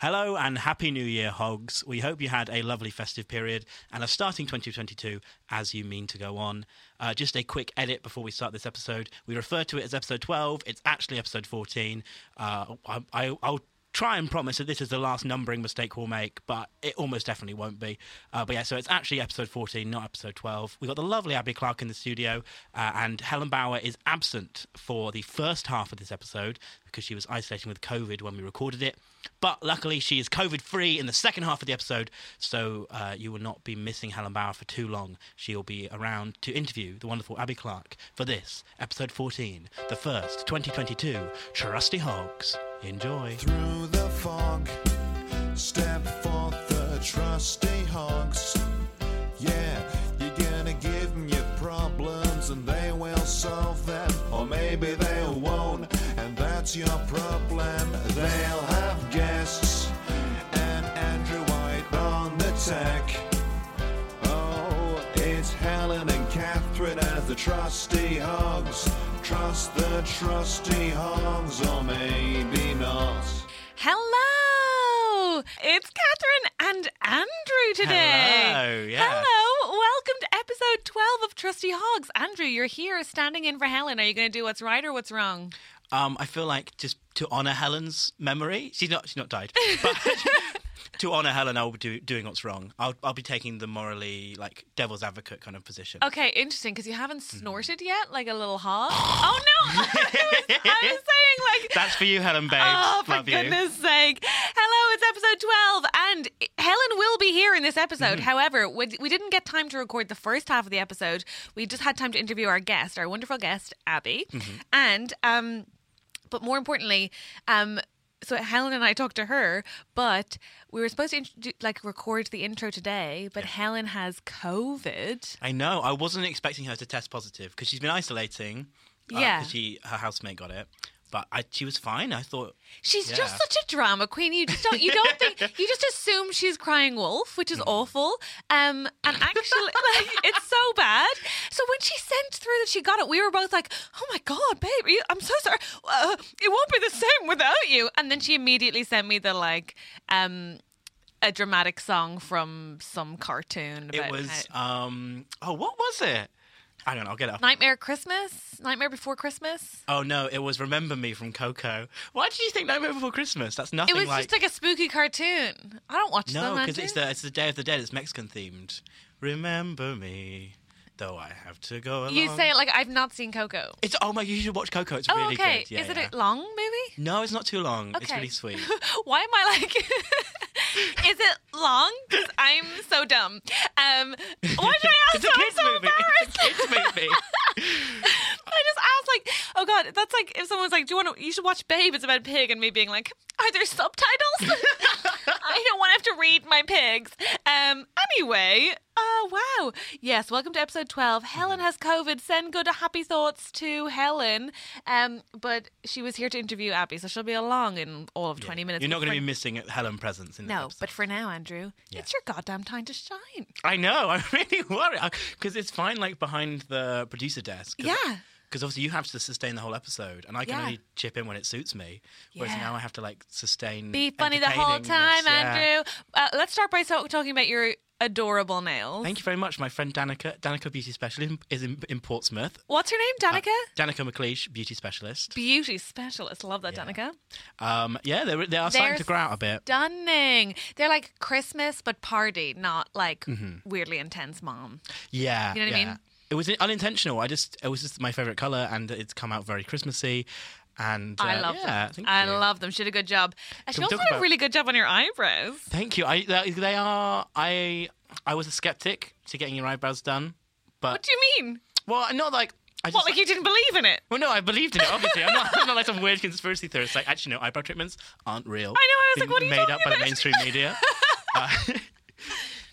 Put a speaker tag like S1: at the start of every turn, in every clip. S1: Hello and Happy New Year, hogs. We hope you had a lovely festive period and are starting 2022 as you mean to go on. Uh, just a quick edit before we start this episode. We refer to it as episode 12. It's actually episode 14. Uh, I, I, I'll try and promise that this is the last numbering mistake we'll make, but it almost definitely won't be. Uh, but yeah, so it's actually episode 14, not episode 12. We've got the lovely Abby Clark in the studio, uh, and Helen Bauer is absent for the first half of this episode because she was isolating with COVID when we recorded it. But luckily, she is COVID free in the second half of the episode, so uh, you will not be missing Helen Bauer for too long. She'll be around to interview the wonderful Abby Clark for this, episode 14, the first 2022 Trusty Hogs. Enjoy.
S2: Through the fog, step forth the trusty hogs. Yeah, you're gonna give 'em your problems and they will solve them, or maybe they won't, and that's your problem. They'll have guests and Andrew White on the tech. Oh, it's Helen and Catherine as the trusty hogs. Trust the trusty hogs, or maybe not.
S3: Hello! It's Catherine and Andrew today.
S1: Hello, yeah.
S3: Hello, welcome to episode 12 of Trusty Hogs. Andrew, you're here standing in for Helen. Are you going to do what's right or what's wrong?
S1: Um, I feel like just to honour Helen's memory, she's not she's not died, but to honour Helen, I'll be do, doing what's wrong. I'll I'll be taking the morally like devil's advocate kind of position.
S3: Okay, interesting, because you haven't snorted yet, like a little hog. oh no! I was, I was saying, like.
S1: That's for you, Helen Babe.
S3: Oh, for
S1: Love you.
S3: goodness sake. Hello, it's episode 12, and Helen will be here in this
S1: Mm-hmm.
S3: episode. However, we, we didn't get time to record the first half of the episode. We just had time to interview our guest, our wonderful guest, Abby.
S1: Mm-hmm.
S3: And, um, but more importantly, um, so Helen and I talked to her, but we were supposed to introdu- like record the intro today, but Helen has COVID.
S1: I know. I wasn't expecting her to test positive because she's been isolating. uh,
S3: Yeah.
S1: 'cause she her housemate got it, but I, she was fine. I thought
S3: She's
S1: Yeah.
S3: just such a drama queen. You just don't you don't think you just assume she's crying wolf, which is
S1: Hmm.
S3: awful. Um and actually like it's so bad. So when she sent through that she got it, we were both like, "Oh my god, babe, are you, I'm so sorry. Uh, it won't be the same without you." And then she immediately sent me the like um a dramatic song from some cartoon
S1: it
S3: about
S1: was.
S3: how-
S1: Um, oh, what was it? Hang on, I'll get it up.
S3: Nightmare Christmas, Nightmare Before Christmas.
S1: Oh no, it was "Remember Me" from Coco. Why did you think "Nightmare Before Christmas"? That's
S3: It
S1: nothing
S3: was
S1: like.
S3: just like a spooky cartoon. I don't watch
S1: No,
S3: them.
S1: because it's
S3: Andrew.
S1: the it's the Day of the Dead. It's Mexican themed. Remember me, though I have to go along.
S3: you say it like I've not seen Coco.
S1: it's oh my! You should watch Coco. It's
S3: Oh,
S1: really
S3: okay.
S1: good. Yeah,
S3: Is it
S1: yeah.
S3: a long movie?
S1: No, it's not too long. It's
S3: Okay.
S1: really sweet.
S3: Why am I like? is it long? Because I'm so dumb. Um, why did I ask?
S1: it's a
S3: that?
S1: kids
S3: I'm so
S1: movie. It's
S3: embarrassed.
S1: a kids movie.
S3: I just asked like, oh god, that's like if someone's like, do you want to? You should watch Babe. It's about a pig, and me being like, are there subtitles? I'm I don't want to have to read my pigs. Um. Anyway. Oh wow. Yes. Welcome to episode twelve. Helen
S1: Mm-hmm.
S3: has COVID. Send good happy thoughts to Helen. Um. But she was here to interview Abby, so she'll be along in all of twenty minutes.
S1: You're not
S3: But
S1: going to
S3: for-
S1: be missing Helen presence in this
S3: No,
S1: episode.
S3: but for now, Andrew, it's your goddamn time to shine.
S1: I know. I'm really worried because it's fine, like behind the producer desk.
S3: Yeah.
S1: Because obviously you have to sustain the whole episode, and I can
S3: Yeah.
S1: only chip in when it suits me. Whereas
S3: Yeah.
S1: now I have to like sustain.
S3: Be funny the whole
S1: entertainingness.
S3: time,
S1: Yeah.
S3: Andrew. Uh, let's start by so- talking about your adorable nails.
S1: Thank you very much, my friend Danica. Danica Beauty Specialist is in, in Portsmouth.
S3: What's her
S1: Uh,
S3: name? Danica?
S1: Danica McLeish, beauty specialist.
S3: Beauty specialist. Love that, Danica.
S1: Um, yeah, they they are starting
S3: They're
S1: to grow out a bit.
S3: Stunning. They're like Christmas, but party, not like
S1: Mm-hmm.
S3: weirdly intense mom.
S1: Yeah,
S3: You know what I
S1: yeah.
S3: mean?
S1: It was unintentional. I just it was just my favorite color, and it's come out very Christmassy. And
S3: I
S1: uh,
S3: love
S1: yeah,
S3: them.
S1: thank
S3: I
S1: you.
S3: love them. She did a good job. And she
S1: Can we
S3: also
S1: talk
S3: did a
S1: about-
S3: really good job on your eyebrows.
S1: Thank you. I they- they are. I I was a skeptic to getting your eyebrows done,
S3: What
S1: but
S3: do you mean?
S1: well, not like I just.
S3: What, like you didn't believe in it?
S1: well, no, I believed in it. Obviously, I'm not, I'm not like some weird conspiracy theorist. Like, actually, no, eyebrow treatments aren't real. I know.
S3: I was like, what are you
S1: made
S3: talking
S1: up by the
S3: about?
S1: mainstream media. uh,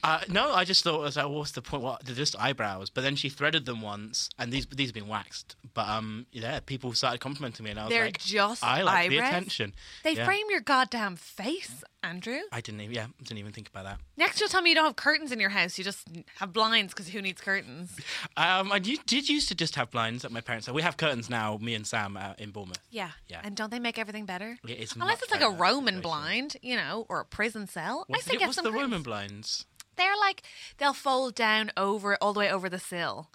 S1: uh, no, I just thought I was like, what's the point? What they're just eyebrows. But then she threaded them once, and these these have been waxed. But um, yeah, people started complimenting me, and I was
S3: They're
S1: like,
S3: just
S1: I like the
S3: eyebrows?
S1: attention.
S3: They
S1: Yeah.
S3: frame your goddamn face, Andrew.
S1: I didn't even yeah, didn't even think about that.
S3: Next, you'll tell me you don't have curtains in your house. You just have blinds because who needs curtains?
S1: Um, I did, did used to just have blinds at my parents' house. We have curtains now, me and Sam uh, in Bournemouth.
S3: Yeah.
S1: Yeah.
S3: And don't they make everything better?
S1: It is
S3: Unless
S1: much
S3: it's like a
S1: better,
S3: Roman
S1: situation.
S3: blind, you know, or a prison cell.
S1: What's
S3: I say
S1: the,
S3: get
S1: what's
S3: some
S1: the
S3: curtains.
S1: Roman blinds?
S3: They're like they'll fold down over all the way over the sill.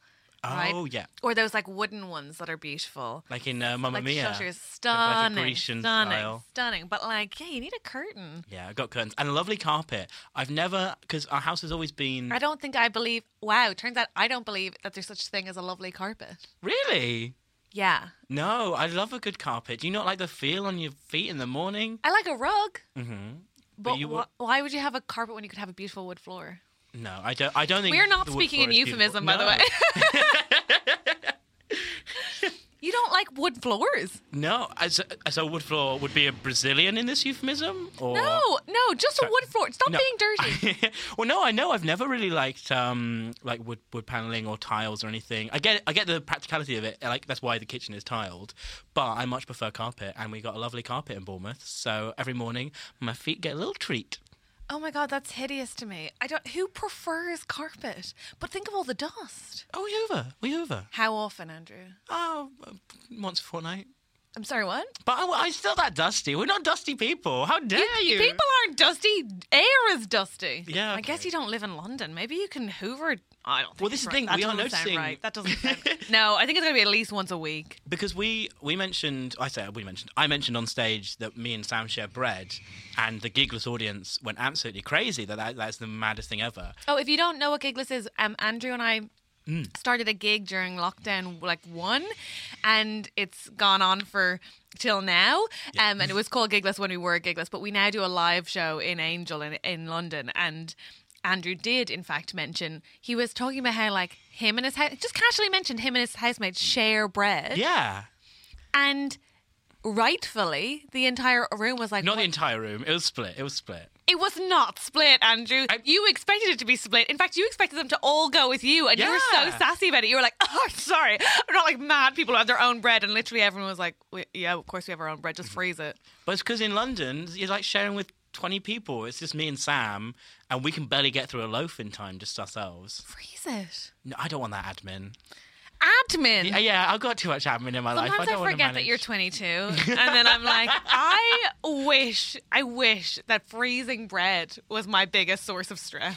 S3: right?
S1: Oh, yeah.
S3: Or those like wooden ones that are beautiful.
S1: Like in uh, Mamma
S3: Like
S1: Mia.
S3: shutters,
S1: With, like, a
S3: stunning,
S1: Grecian
S3: stunning,
S1: style.
S3: stunning. But like, yeah, you need a curtain.
S1: Yeah, I got curtains and a lovely carpet. I've never, because our house has always been.
S3: I don't think I believe. Wow, turns out I don't believe that there's such a thing as a lovely carpet.
S1: Really?
S3: Yeah,
S1: No, I love a good carpet. Do you not like the feel on your feet in the morning?
S3: I like a rug. Mm-hmm. But,
S1: you
S3: wh-
S1: would-
S3: why would you have a carpet when you could have a beautiful wood floor?
S1: No, I don't. I don't think
S3: We're not
S1: the wood
S3: speaking
S1: floor
S3: in
S1: is beautiful.
S3: euphemism, by the
S1: No.
S3: way. you don't like wood floors?
S1: No, as a, as a wood floor would be a Brazilian in this euphemism, or
S3: No, no, just a wood floor. Stop
S1: No.
S3: being dirty.
S1: well, no, I know. I've never really liked um, like wood wood paneling or tiles or anything. I get I get the practicality of it. Like that's why the kitchen is tiled. But I much prefer carpet, and we got a lovely carpet in Bournemouth. So every morning, my feet get a little treat.
S3: Oh my god, that's hideous to me. I don't. Who prefers carpet? But think of all the dust.
S1: Oh, we over, we over.
S3: How often, Andrew?
S1: Oh, once a fortnight.
S3: I'm sorry, what?
S1: But I, I'm still that dusty. We're not dusty people. How dare you?
S3: Uh, People aren't dusty. Air is dusty.
S1: Yeah,
S3: I guess
S1: okay.
S3: you don't live in London. Maybe you can Hoover. I don't. Think
S1: Well, this
S3: it's
S1: is the
S3: right.
S1: thing,
S3: That
S1: we are
S3: doesn't sound
S1: noticing-
S3: Right. That doesn't. Sound... no, I think it's going to be at least once a week.
S1: because we we mentioned I say we mentioned I mentioned on stage that me and Sam share bread, and the gigless audience went absolutely crazy. That, that that's the maddest thing ever.
S3: Oh, if you don't know what gigless is, um, Andrew and I started a gig during lockdown, like one, and it's gone on for till now. Um, and it was called gigless when we were gigless, but we now do a live show in Angel in, in London, and. Andrew did, in fact, mention he was talking about how, like, him and his house just casually mentioned him and his housemates share bread,
S1: Yeah,
S3: and rightfully, the entire room was like,
S1: not the
S3: "What
S1: entire room. It was split. It was split.
S3: it was not split, Andrew. you expected it to be split. In fact, you expected them to all go with you, and you were so
S1: Yeah.
S3: sassy about it. You were like, "Oh, sorry, I'm not like mad people who have their own bread." And literally, everyone was like, we, "Yeah, of course we have our own bread. Just freeze it."
S1: But it's because in London you're like sharing with twenty people. It's just me and Sam, and we can barely get through a loaf in time, just ourselves.
S3: Freeze it.
S1: No, I don't want that admin.
S3: Admin.
S1: Yeah, yeah, I've got too much admin in my life.
S3: Sometimes
S1: don't
S3: I,
S1: want to
S3: forget that
S1: manage-
S3: you're 22, and then I'm like, I wish, I wish that freezing bread was my biggest source of stress.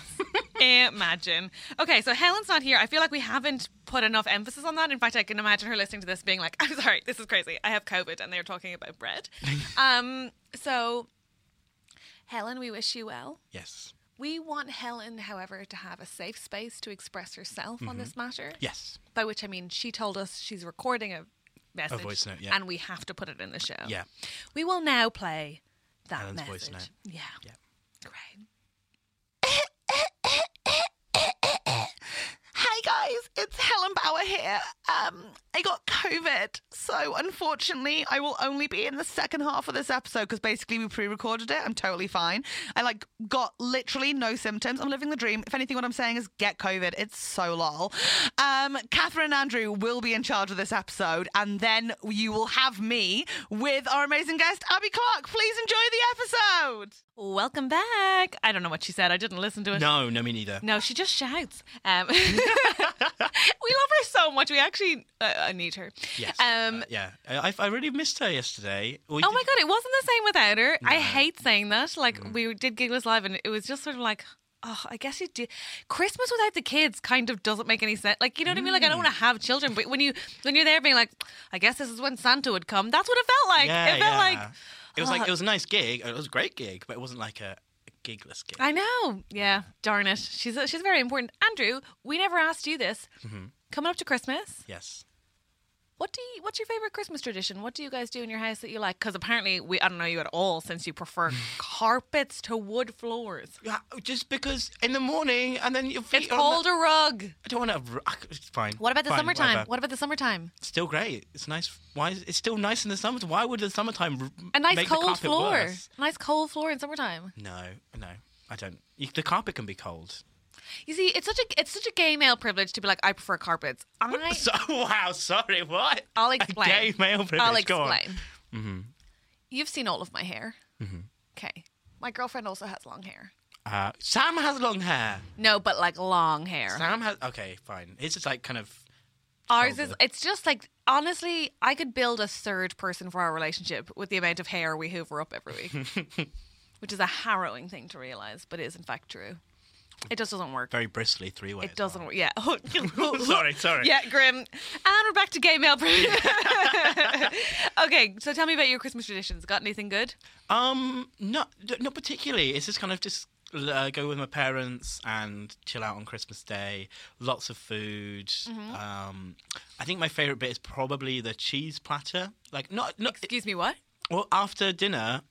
S3: imagine. Okay, so Helen's not here. I feel like we haven't put enough emphasis on that. In fact, I can imagine her listening to this being like, I'm sorry, this is crazy. I have COVID, and they're talking about bread. um, so, Helen, we wish you well.
S1: Yes.
S3: We want Helen, however, to have a safe space to express herself
S1: Mm-hmm.
S3: on this matter.
S1: Yes.
S3: By which I mean she told us she's recording a message,
S1: voice note, yeah.
S3: and we have to put it in the show.
S1: Yeah.
S3: We will now play that
S1: Alan's
S3: message.
S1: voice note.
S3: Yeah. Yeah. Great.
S4: Hi guys, It's Helen Bauer here. Um, I got COVID, so unfortunately, I will only be in the second half of this episode because basically we pre-recorded it. I'm totally fine. I like got literally no symptoms. I'm living the dream. If anything, what I'm saying is get COVID. It's so lol. Um, Catherine and Andrew will be in charge of this episode, and then you will have me with our amazing guest Abby Clark. Please enjoy the episode.
S3: Welcome back. I don't know what she said. I didn't listen to it.
S1: No, no, me neither.
S3: No, she just shouts. Um, we love her so much. We actually uh, I need her.
S1: Yes.
S3: Um,
S1: uh, yeah. I, I- I really missed her yesterday. We
S3: oh
S1: did-
S3: my god, it wasn't the same without her. I hate saying that. Like
S1: Mm.
S3: we did Giggles Live, and it was just sort of like. Oh, I guess you do. Christmas without the kids kind of doesn't make any sense. Like you know what I mean? Like I
S1: Mm.
S3: don't want to have children, but when you when you're there being like, I guess this is when Santa would come. That's what it felt like.
S1: Yeah,
S3: it felt
S1: yeah.
S3: like
S1: It was like
S3: Oh.
S1: it was a nice gig. It was a great gig, but it wasn't like a, a gigless gig.
S3: I know. Yeah. Darn it. She's uh, she's very important. Andrew, we never asked you this.
S1: Mm-hmm.
S3: Coming up to Christmas,
S1: yes.
S3: what do you, what's your favorite Christmas tradition? What do you guys do in your house that you like? Because apparently we I don't know you at all since you prefer carpets to wood floors.
S1: Yeah, Just because in the morning and then your feet
S3: It's
S1: are on the-
S3: called a rug.
S1: I don't want to. It's fine.
S3: What about the
S1: Fine,
S3: summertime?
S1: whatever.
S3: What about the summertime?
S1: It's still great. It's nice. Why? Is, it's still nice in the summer. Why would the summertime? r-
S3: A nice
S1: make the
S3: cold
S1: carpet
S3: floor.
S1: worse?
S3: A nice cold floor in summertime.
S1: No, no, I don't. You, the carpet can be cold.
S3: You see, it's such a it's such a gay male privilege to be like I prefer carpets. I
S1: So wow, sorry, what?
S3: I'll
S1: A
S3: explain.
S1: gay male privilege.
S3: I'll
S1: Go on. Mm-hmm.
S3: explain. You've seen all of my hair. Okay. My girlfriend also has long hair.
S1: Uh, Sam has long hair.
S3: No, but like long hair.
S1: Sam has. Okay, fine. It's just like kind of.
S3: Ours
S1: Hold
S3: is. It's just like honestly, I could build a third person for our relationship with the amount of hair we hoover up every week, which is a harrowing thing to realize, but is in fact true. It just doesn't work.
S1: Very bristly three way.
S3: It doesn't work. Yeah.
S1: Sorry, sorry.
S3: Yeah, grim. And we're back to gay male privilege. okay, so tell me about your Christmas traditions. Got anything good?
S1: Um, not not particularly. It's just kind of just uh, go with my parents and chill out on Christmas Day. Lots of food. Um, I think my favorite bit is probably the cheese platter. Like not not
S3: Excuse me, what?
S1: well after dinner,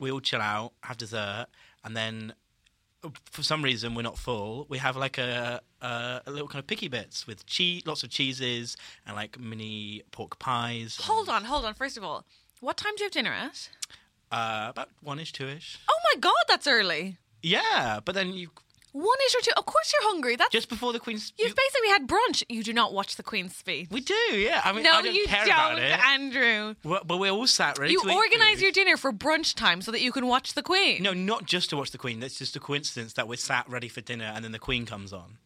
S1: we all chill out, have dessert, and then uh, for some reason we're not full. We have like a a, a little kind of picky bits with cheese, lots of cheeses, and like mini pork pies.
S3: Hold on, hold on. First of all, what time do you have dinner at?
S1: Uh, about one ish, two ish.
S3: Oh my god, that's early.
S1: Yeah, but then you
S3: One ish or two. Of course you're hungry. That's
S1: just before the Queen's.
S3: you've basically had brunch. You do not watch the Queen's speech.
S1: We do, yeah. I mean,
S3: no,
S1: I don't
S3: you
S1: care
S3: don't,
S1: about it.
S3: Andrew.
S1: We're- but we're all sat ready
S3: You
S1: to eat
S3: organise
S1: food.
S3: your dinner for brunch time so that you can watch the Queen.
S1: No, not just to watch the Queen. That's just a coincidence that we're sat ready for dinner and then the Queen comes on.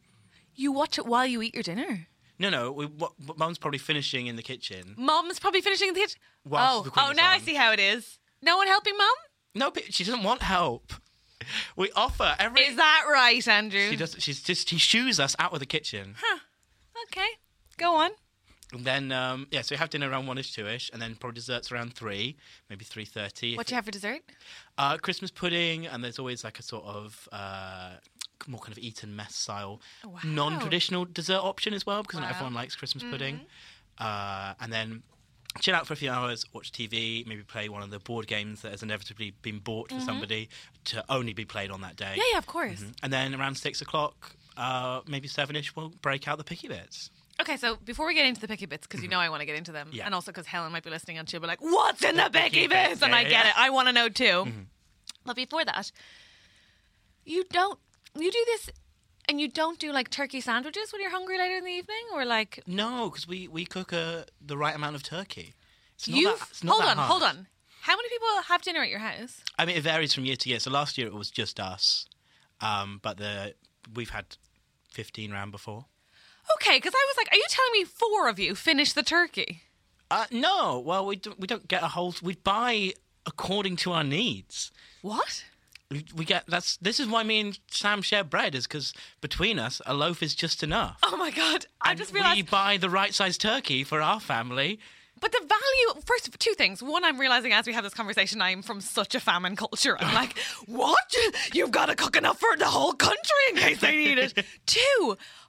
S3: You watch it while you eat your dinner.
S1: No, no. We, what, what- Mum's probably finishing in the kitchen.
S3: Mum's probably finishing the kitchen.
S1: Whilst
S3: oh,
S1: the Queen
S3: oh,
S1: is
S3: now I
S1: on.
S3: see how it is. No one helping Mum?
S1: No, but she doesn't want help. We offer every.
S3: Is that right, Andrew?
S1: She does. She's just. She shoos us out of the kitchen.
S3: Okay, go on.
S1: And then, um, yeah. So we have dinner around one-ish, two-ish, and then probably desserts around three, maybe three thirty.
S3: What do you have for dessert?
S1: Uh, Christmas pudding, and there's always like a sort of uh, more kind of eat and mess style
S3: Oh, wow.
S1: non-traditional dessert option as well, because
S3: Wow. Mm-hmm.
S1: not everyone likes Christmas pudding. Uh, and then chill out for a few hours, watch TV, maybe play one of the board games that has inevitably been bought for somebody to only be played on that day.
S3: Mm-hmm. Yeah, yeah, of course.
S1: And then around six o'clock, uh, maybe seven-ish, we'll break out the picky bits.
S3: Okay, so before we get into the picky bits, because you know I want to get into them,
S1: Mm-hmm. Yeah.
S3: and also because Helen might be listening and she'll be like, "What's in the,
S1: picky
S3: picky bits?"
S1: bits, Mm-hmm.
S3: and
S1: yeah,
S3: I get
S1: yeah.
S3: it. I want to know too. But before that, you don't. You do this, and you don't do like turkey sandwiches when you're hungry later in the evening, or like
S1: No, because we we cook uh, the right amount of turkey. It's not
S3: you.
S1: that- it's not
S3: Hold
S1: that
S3: on, hold
S1: hard.
S3: on. How many people have dinner at your house?
S1: I mean, it varies from year to year. So last year it was just us, um, but the we've had fifteen round before.
S3: Okay, because I was like, "Are you telling me four of you finish the turkey?"
S1: Uh, no, well we don't, we don't get a whole. We buy according to our needs.
S3: What?
S1: We, we get that's this is why me and Sam share bread is because between us a loaf is just enough.
S3: Oh my god! I just
S1: we
S3: realized
S1: buy the right size turkey for our family.
S3: But the value, first of two things. One, I'm realizing as we have this conversation, I'm from such a famine culture. I'm like, what? You've got to cook enough for the whole country in case they need it. two,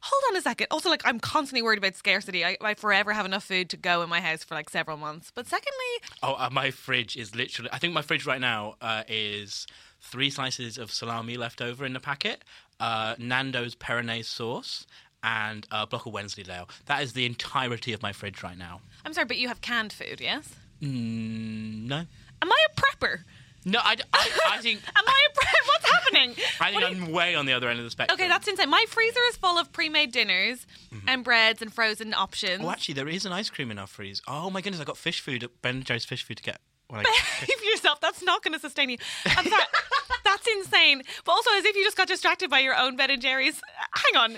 S3: hold on a second. Also, like, I'm constantly worried about scarcity. I, I forever have enough food to go in my house for like several months. But secondly,
S1: Oh, uh, my fridge is literally. I think my fridge right now uh, is three slices of salami left over in the packet, uh, Nando's Peronaise sauce, and a block of Wensleydale. That is the entirety of my fridge right now.
S3: I'm sorry, but you have canned food, yes?
S1: Mm, no,
S3: Am I a prepper?
S1: no, I, I, I think
S3: Am I a prepper? What's happening?
S1: I think
S3: What do you-
S1: I'm way on the other end of the spectrum.
S3: Okay, that's insane. My freezer is full of pre-made dinners and breads and frozen options.
S1: Mm-hmm. Oh, actually, there is an ice cream in our freeze. Oh my goodness, I got fish food at Ben and Jerry's fish food to get. When I,
S3: Behave yourself. That's not going to sustain you. I'm sorry. That's insane. But also, as if you just got distracted by your own Ben and Jerry's. Hang on.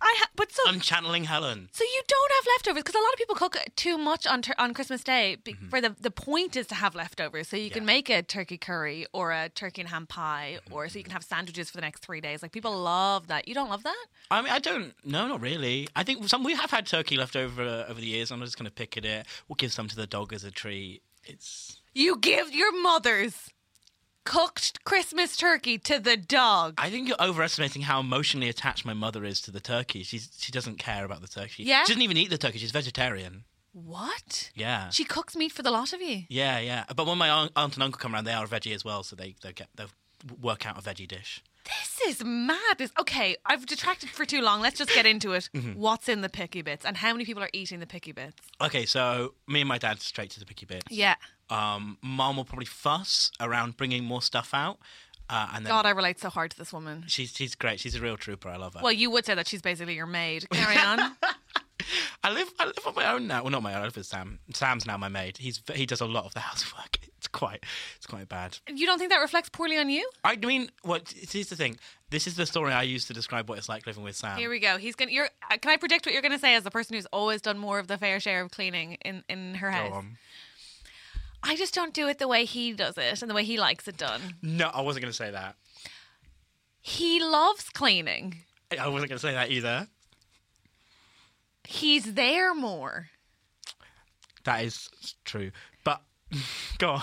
S3: I ha- but so
S1: I'm channeling Helen.
S3: so you don't have leftovers because a lot of people cook too much on tur- on Christmas Day. Be- For the the point is to have leftovers, so you can
S1: Mm-hmm. Yeah. Mm-hmm,
S3: make a turkey curry or a turkey and ham pie, or so you can have sandwiches for the next three days. Like people love that. You don't love that?
S1: I mean, I don't. No, not really. I think some we have had turkey left over uh, over the years. I'm just going to pick at it. We'll give some to the dog as a treat. It's
S3: You give your mother's cooked Christmas turkey to the dog.
S1: I think you're overestimating how emotionally attached my mother is to the turkey. She's she doesn't care about the turkey.
S3: Yeah?
S1: She doesn't even eat the turkey. She's vegetarian.
S3: What?
S1: Yeah.
S3: She cooks meat for the lot of you.
S1: yeah, yeah. But when my aunt, aunt and uncle come around, they are veggie as well, so they they get they work out a veggie dish.
S3: This is madness. Okay, I've detracted for too long. Let's just get into it.
S1: Mm-hmm.
S3: What's in the picky bits and how many people are eating the picky bits?
S1: Okay, so me and my dad straight to the picky bits.
S3: Yeah.
S1: Um, mom will probably fuss around bringing more stuff out, uh, and then
S3: God, I relate so hard to this woman.
S1: she's she's great. She's a real trooper. I love her.
S3: Well, you would say that she's basically your maid. Carry on.
S1: I live I live on my own now. Well, not my own. I live with Sam. Sam's now my maid. He's he does a lot of the housework. It's quite it's quite bad.
S3: you don't think that reflects poorly on you?
S1: I mean, what here's the thing. This is the story I use to describe what it's like living with Sam.
S3: Here we go. He's gonna. You're. uh, Can I predict what you're gonna say as the person who's always done more of the fair share of cleaning in in her house?
S1: Go on.
S3: I just don't do it the way he does it and the way he likes it done.
S1: No, I wasn't going to say that.
S3: He loves cleaning.
S1: I wasn't going to say that either.
S3: He's there more.
S1: That is true. But go on.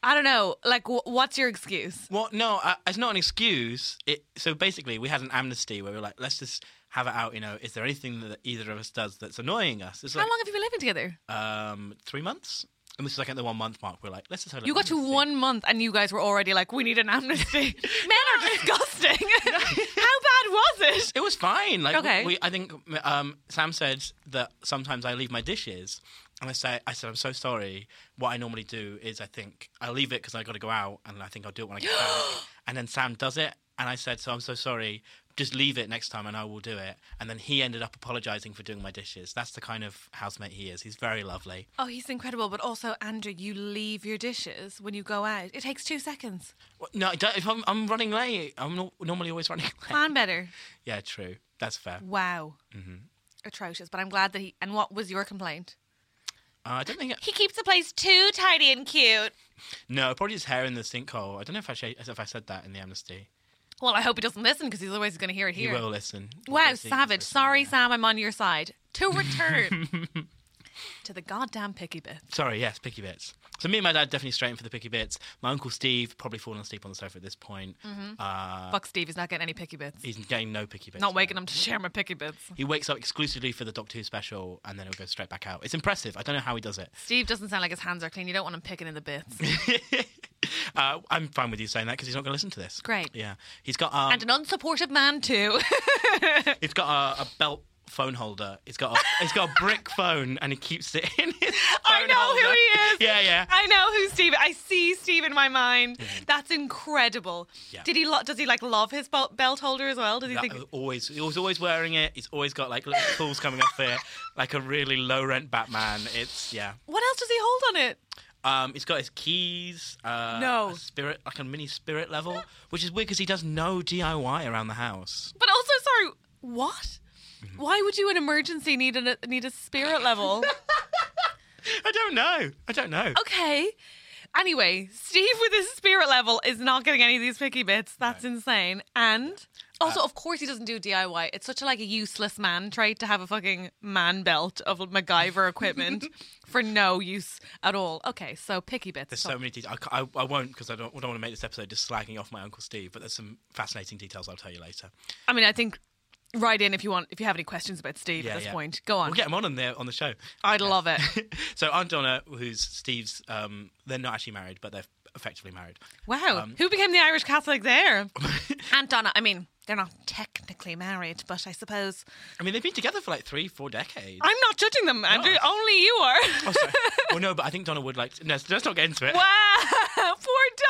S3: I don't know. Like, wh- what's your excuse?
S1: Well, no, uh, it's not an excuse. It, so basically, we had an amnesty where we were like, let's just have it out. You know, is there anything that either of us does that's annoying us? It's like
S3: How long have you been living together?
S1: um, three months, and this is like at the one month mark. We're like, let's just have. a
S3: You
S1: little
S3: got to
S1: amnesty.
S3: one month and you guys were already like, we need an amnesty. Men are disgusting. How bad was it?
S1: It was fine. Like
S3: Okay.
S1: we, I think um, Sam said that sometimes I leave my dishes, and I say, I said, I'm so sorry. What I normally do is I think I leave it because I got to go out, and I think I'll do it when I get back. And then Sam does it, and I said, so I'm so sorry. Just leave it next time, and I will do it. And then he ended up apologising for doing my dishes. That's the kind of housemate he is. He's very lovely.
S3: Oh, he's incredible. But also, Andrew, you leave your dishes when you go out. It takes two seconds.
S1: Well, No, I don't- if I'm, I'm running late, I'm not, normally always running late.
S3: Plan better.
S1: Yeah, true. That's fair.
S3: Wow. Mm-hmm. Atrocious. But I'm glad that he. And what was your complaint?
S1: Uh, I don't think.
S3: He keeps the place too tidy and cute.
S1: No, probably his hair in the sinkhole. I don't know if I sh- if I said that in the amnesty.
S3: Well, I hope he doesn't listen because he's always going to hear it
S1: He
S3: here.
S1: will listen.
S3: Wow,
S1: Obviously,
S3: savage.
S1: he's
S3: Sorry, Sam, I'm on your side. To return to the goddamn picky bits.
S1: listening. Sorry, yes, picky bits. So me and my dad definitely straight in for the picky bits. My uncle Steve probably falling asleep on the sofa at this point. Uh,
S3: Fuck Steve, he's not getting any picky bits.
S1: he's getting no picky bits.
S3: Mm-hmm. Not waking him to share my picky bits.
S1: He wakes up exclusively for the Doctor Who special, and then he'll go straight back out. It's impressive. I don't know how he does it.
S3: Steve doesn't sound like his hands are clean. You don't want him picking in the bits.
S1: Uh, I'm fine with you saying that because he's not going to listen to this.
S3: Great.
S1: Yeah, he's got um,
S3: And an unsupportive man, too.
S1: he's got a, a belt phone holder. He's got a, he's got a brick phone, and he keeps it in his.
S3: I
S1: phone
S3: know who
S1: holder.
S3: he is.
S1: Yeah, yeah.
S3: I know who Steve I see Steve in my mind. That's incredible.
S1: Yeah.
S3: Did he lo- does he like love his belt, belt holder as well? Does he
S1: That-
S3: think
S1: always he was always wearing it. He's always got like little tools coming off it, like a really low rent Batman. It's yeah.
S3: What else does he hold on it?
S1: Um, he's got his keys. Uh,
S3: No.
S1: a spirit like a mini spirit level, which is weird because he does no DIY around the house.
S3: But also, sorry, what? Why would you in emergency need a need a spirit level?
S1: I don't know. I don't know.
S3: okay. Anyway, Steve with his spirit level is not getting any of these picky bits. That's insane. And
S1: Uh,
S3: also, of course, he doesn't do DIY. It's such a, like a useless man trait to have a fucking man belt of MacGyver equipment for no use at all. Okay, so picky bits.
S1: There's so many details. I, ca- I, I won't because I don't, I don't want to make this episode just slagging off my uncle Steve. But there's some fascinating details I'll tell you later.
S3: I mean, I think write in if you want if you have any questions about Steve
S1: Yeah,
S3: at this
S1: yeah.
S3: point. Go on.
S1: We'll get him on on the on the show.
S3: I'd love it.
S1: so Aunt Donna, who's Steve's, um, they're not actually married, but they're effectively married.
S3: Wow.
S1: Um,
S3: Who became the Irish Catholic there? Aunt Donna. I mean, they're not technically married, but I suppose.
S1: I mean, they've been together for like three, four decades.
S3: I'm not judging them, Andrew. Only you are.
S1: Oh, sorry. well, no, but I think Donna would like. To, no, let's not get into it.
S3: wow.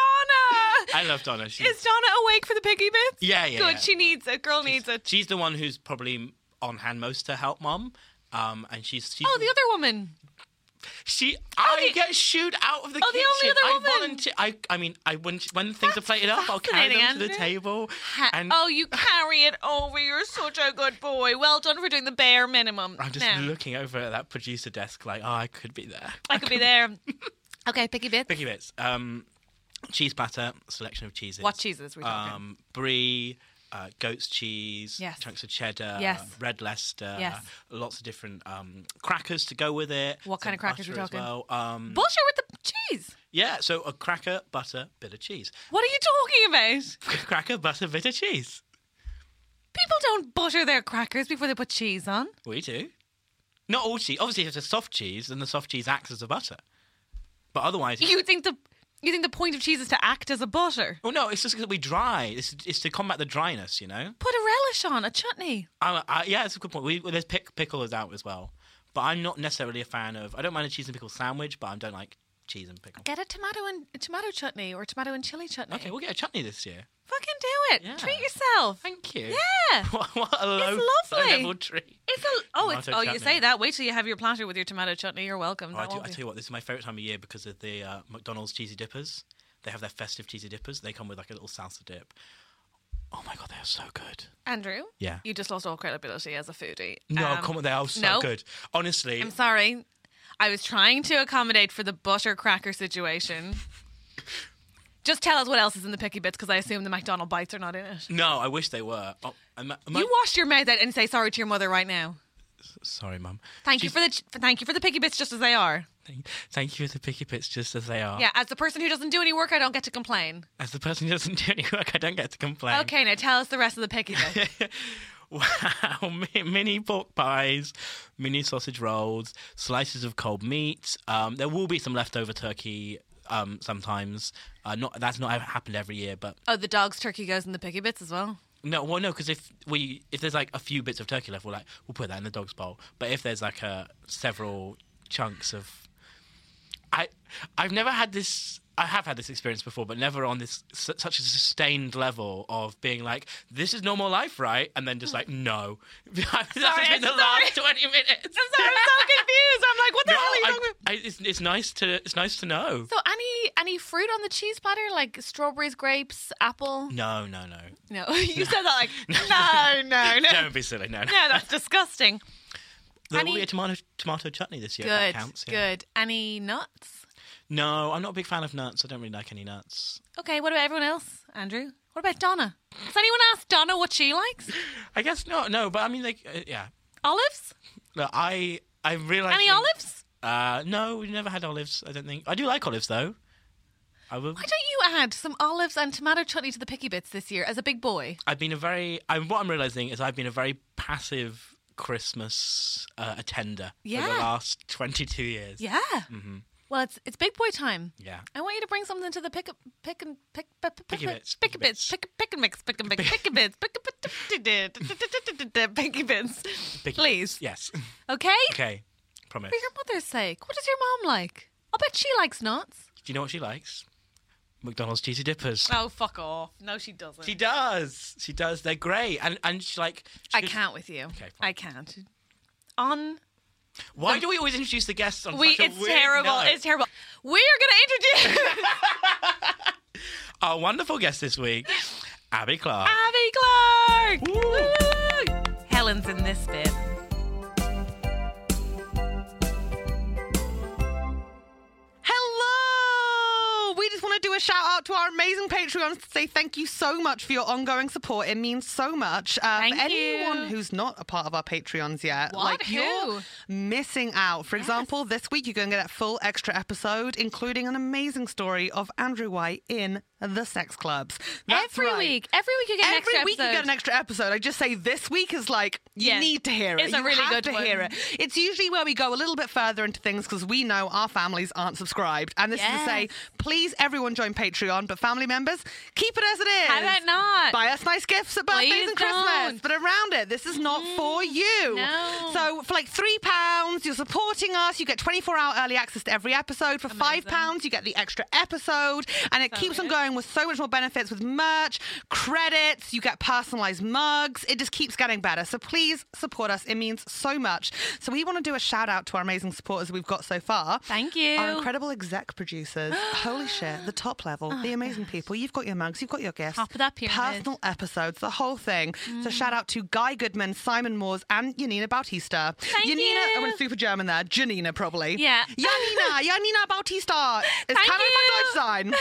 S3: Poor Donna.
S1: I love Donna. She's,
S3: Is Donna awake for the piggy bits?
S1: Yeah, yeah,
S3: Good.
S1: yeah.
S3: She needs it. Girl needs it.
S1: she's the one who's probably on hand most to help mom. Um, and she's, she's
S3: Oh, the other woman.
S1: she. I
S3: the-
S1: get shooed out of the
S3: Oh, the
S1: kitchen.
S3: only other
S1: I
S3: woman.
S1: volunteer. I, I mean, I when when things are
S3: That's
S1: plated up, I'll carry them
S3: fascinating,
S1: to the
S3: Andrew.
S1: table.
S3: Ha-
S1: and
S3: oh, you carry it over. You're such a good boy. Well done for doing the bare minimum.
S1: I'm just
S3: Now,
S1: looking over at that producer desk, like, oh, I could be there.
S3: I could be there. okay, piggy bits.
S1: Picky bits. Um, cheese platter, selection of cheeses.
S3: What cheeses we talking?
S1: Um, brie, uh, goat's cheese,
S3: Yes.
S1: chunks of cheddar,
S3: Yes.
S1: red Leicester,
S3: Yes.
S1: lots of different um, crackers to go with it.
S3: What kind
S1: some
S3: of crackers we
S1: butter as
S3: talking?
S1: Well. Um,
S3: Bullshit with the cheese.
S1: yeah, so a cracker, butter, bit of cheese.
S3: What are you talking about?
S1: cracker, butter, bit of cheese.
S3: People don't butter their crackers before they put cheese on.
S1: We do. Not all cheese. Obviously, if it's a soft cheese, then the soft cheese acts as a butter. But otherwise,
S3: You think the you think the point of cheese is to act as a butter?
S1: oh no, it's just that we dry. It's, it's to combat the dryness, you know.
S3: Put a relish on a chutney.
S1: I, I, yeah, that's a good point. We, well, there's pick, pickle is out as well, but I'm not necessarily a fan of. I don't mind a cheese and pickle sandwich, but I don't like cheese and pickle.
S3: Get a tomato and a tomato chutney or tomato and chili chutney.
S1: Okay, we'll get a chutney this year.
S3: Fucking do it.
S1: Yeah.
S3: Treat yourself.
S1: Thank you.
S3: Yeah.
S1: What, what a low,
S3: lovely.
S1: level treat.
S3: It's a oh, it's,
S1: Tomato
S3: oh,
S1: chutney.
S3: you say that. Wait till you have your platter with your tomato chutney. You're welcome.
S1: Oh, I,
S3: That
S1: do,
S3: won't
S1: I
S3: be-
S1: tell you what, this is my favorite time of year because of the uh, McDonald's cheesy dippers. They have their festive cheesy dippers. They come with like a little salsa dip. Oh my god, they are so good.
S3: Andrew.
S1: Yeah.
S3: You just lost all credibility as a foodie.
S1: No,
S3: Um,
S1: come on, they are so
S3: no.
S1: good. Honestly,
S3: I'm sorry. I was trying to accommodate for the butter cracker situation. Just tell us what else is in the picky bits because I assume the McDonald bites are not in it.
S1: no, I wish they were. Oh, am, I- am I-
S3: You wash your mouth out and say sorry to your mother right now.
S1: Sorry, mum.
S3: Thank
S1: She's-
S3: you for the ch- thank you for the picky bits just as they are.
S1: Thank, thank you for the picky bits just as they are.
S3: Yeah, as the person who doesn't do any work, I don't get to complain.
S1: As the person who doesn't do any work, I don't get to complain.
S3: Okay, now tell us the rest of the picky bits.
S1: Wow, mi- mini pork pies, mini sausage rolls, slices of cold meat. Um, there will be some leftover turkey um, sometimes. Uh, not that's not happened every year, but
S3: oh, the dog's turkey goes in the picky bits as well.
S1: no, well, no, because if we if there's like a few bits of turkey left, we'll like we'll put that in the dog's bowl. But if there's like a several chunks of, I I've never had this. I have had this experience before, but never on this su- such a sustained level of being like, "This is normal life, right?" And then just like, "No." That's
S3: I'm
S1: been the
S3: sorry.
S1: last twenty minutes.
S3: I'm sorry, I'm so confused. I'm like, what the
S1: No,
S3: hell are you
S1: I-
S3: talking about?
S1: I- it's, it's nice to it's nice to know.
S3: So any any fruit on the cheese platter like strawberries, grapes, apple?
S1: No, no, no.
S3: No, you said that like no, no, no,
S1: Don't be silly. No, no.
S3: no. That's disgusting.
S1: There will
S3: Any-
S1: be a tomato tomato chutney this year. if
S3: Good,
S1: that counts, yeah.
S3: good. Any nuts?
S1: No, I'm not a big fan of nuts. I don't really like any nuts.
S3: Okay, what about everyone else, Andrew? What about Donna? Has anyone asked Donna what she likes?
S1: I guess not. No, but I mean, like, uh, yeah.
S3: Olives?
S1: Look, I I realize
S3: Any olives?
S1: Uh, no, we never had olives. I don't think. I do like olives though. I will.
S3: Why don't you add some olives and tomato chutney to the picky bits this year as a big boy?
S1: I've been a very. I'm what I'm realizing is I've been a very passive Christmas uh, attender
S3: Yeah.
S1: for the last 22 years.
S3: Yeah. Well, it's it's big boy time.
S1: Mm-hmm. Yeah.
S3: I want you to bring something to the pick pick and pick pick
S1: Picky bits,
S3: pick
S1: picky
S3: a
S1: bits.
S3: bits pick pick and mix pick and mix pick a bits pick a picky bits.
S1: Big-
S3: Please,
S1: Yes.
S3: okay?
S1: okay. Promise.
S3: For your mother's sake, what does your mom like? I'll bet she likes nuts.
S1: Do you know what she likes? McDonald's cheesy dippers.
S3: Oh, fuck off! No, she doesn't.
S1: She does. She does. They're great. And and she like. she
S3: I
S1: just-
S3: can't with you.
S1: fine.
S3: I can't. On
S1: Why do we always introduce the guests on
S3: we,
S1: such a
S3: it's
S1: weird
S3: terrible.
S1: note?
S3: It's terrible. We are going to introduce.
S1: Our wonderful guest this week, Abby Clark.
S3: Abby Clark.
S1: Woo.
S3: Woo. Helen's in this bit.
S4: Hello! We just want to do a shout out to our amazing Patreons to say thank you so much for your ongoing support. It means so much. Uh,
S3: Thank
S4: for anyone
S3: you.
S4: who's not a part of our Patreons yet,
S3: What?
S4: like
S3: Who?
S4: you're missing out. For example, this week you're going to get that full extra episode, including an amazing story of Andrew White in the sex clubs. That's
S3: every
S4: right.
S3: week, every week you get an
S4: Every
S3: extra
S4: week
S3: episode.
S4: you get an extra episode. I just say this week is like you
S3: Yeah.
S4: need to hear it.
S3: It's a
S4: You
S3: really
S4: have
S3: good
S4: to
S3: one.
S4: hear it. It's usually where we go a little bit further into things because we know our families aren't subscribed. And this is to say,
S3: Yes.
S4: please everyone join Patreon, but family members, keep it as it is.
S3: How about not?
S4: Buy us nice gifts at birthdays
S3: Please
S4: and Christmas.
S3: don't. Mm,
S4: But around it, this is not for you.
S3: no.
S4: So for like three pounds, you're supporting us. You get 24 hour early access to every episode. For five pounds, you get the extra episode, and it keeps on going with so much more benefits with merch, credits. You get personalized mugs. It just keeps getting better. So please support us. It means so much. So we want to do a shout out to our amazing supporters we've got so far.
S3: Thank you.
S4: Our incredible exec producers. Holy shit, the top level,
S3: Oh
S4: the amazing people. You've got your mugs, you've got your gifts.
S3: Top of that pyramid.
S4: Personal episodes, the whole thing. So shout out to Guy Goodman, Simon Moores, and Janina Bautista.
S3: Thank
S4: Janina, I
S3: you.
S4: went super German there. Janina, probably.
S3: Yeah.
S4: Janina, Janina Bautista. It's
S3: Thank
S4: kind of my
S3: you.
S4: Deutsch sign. and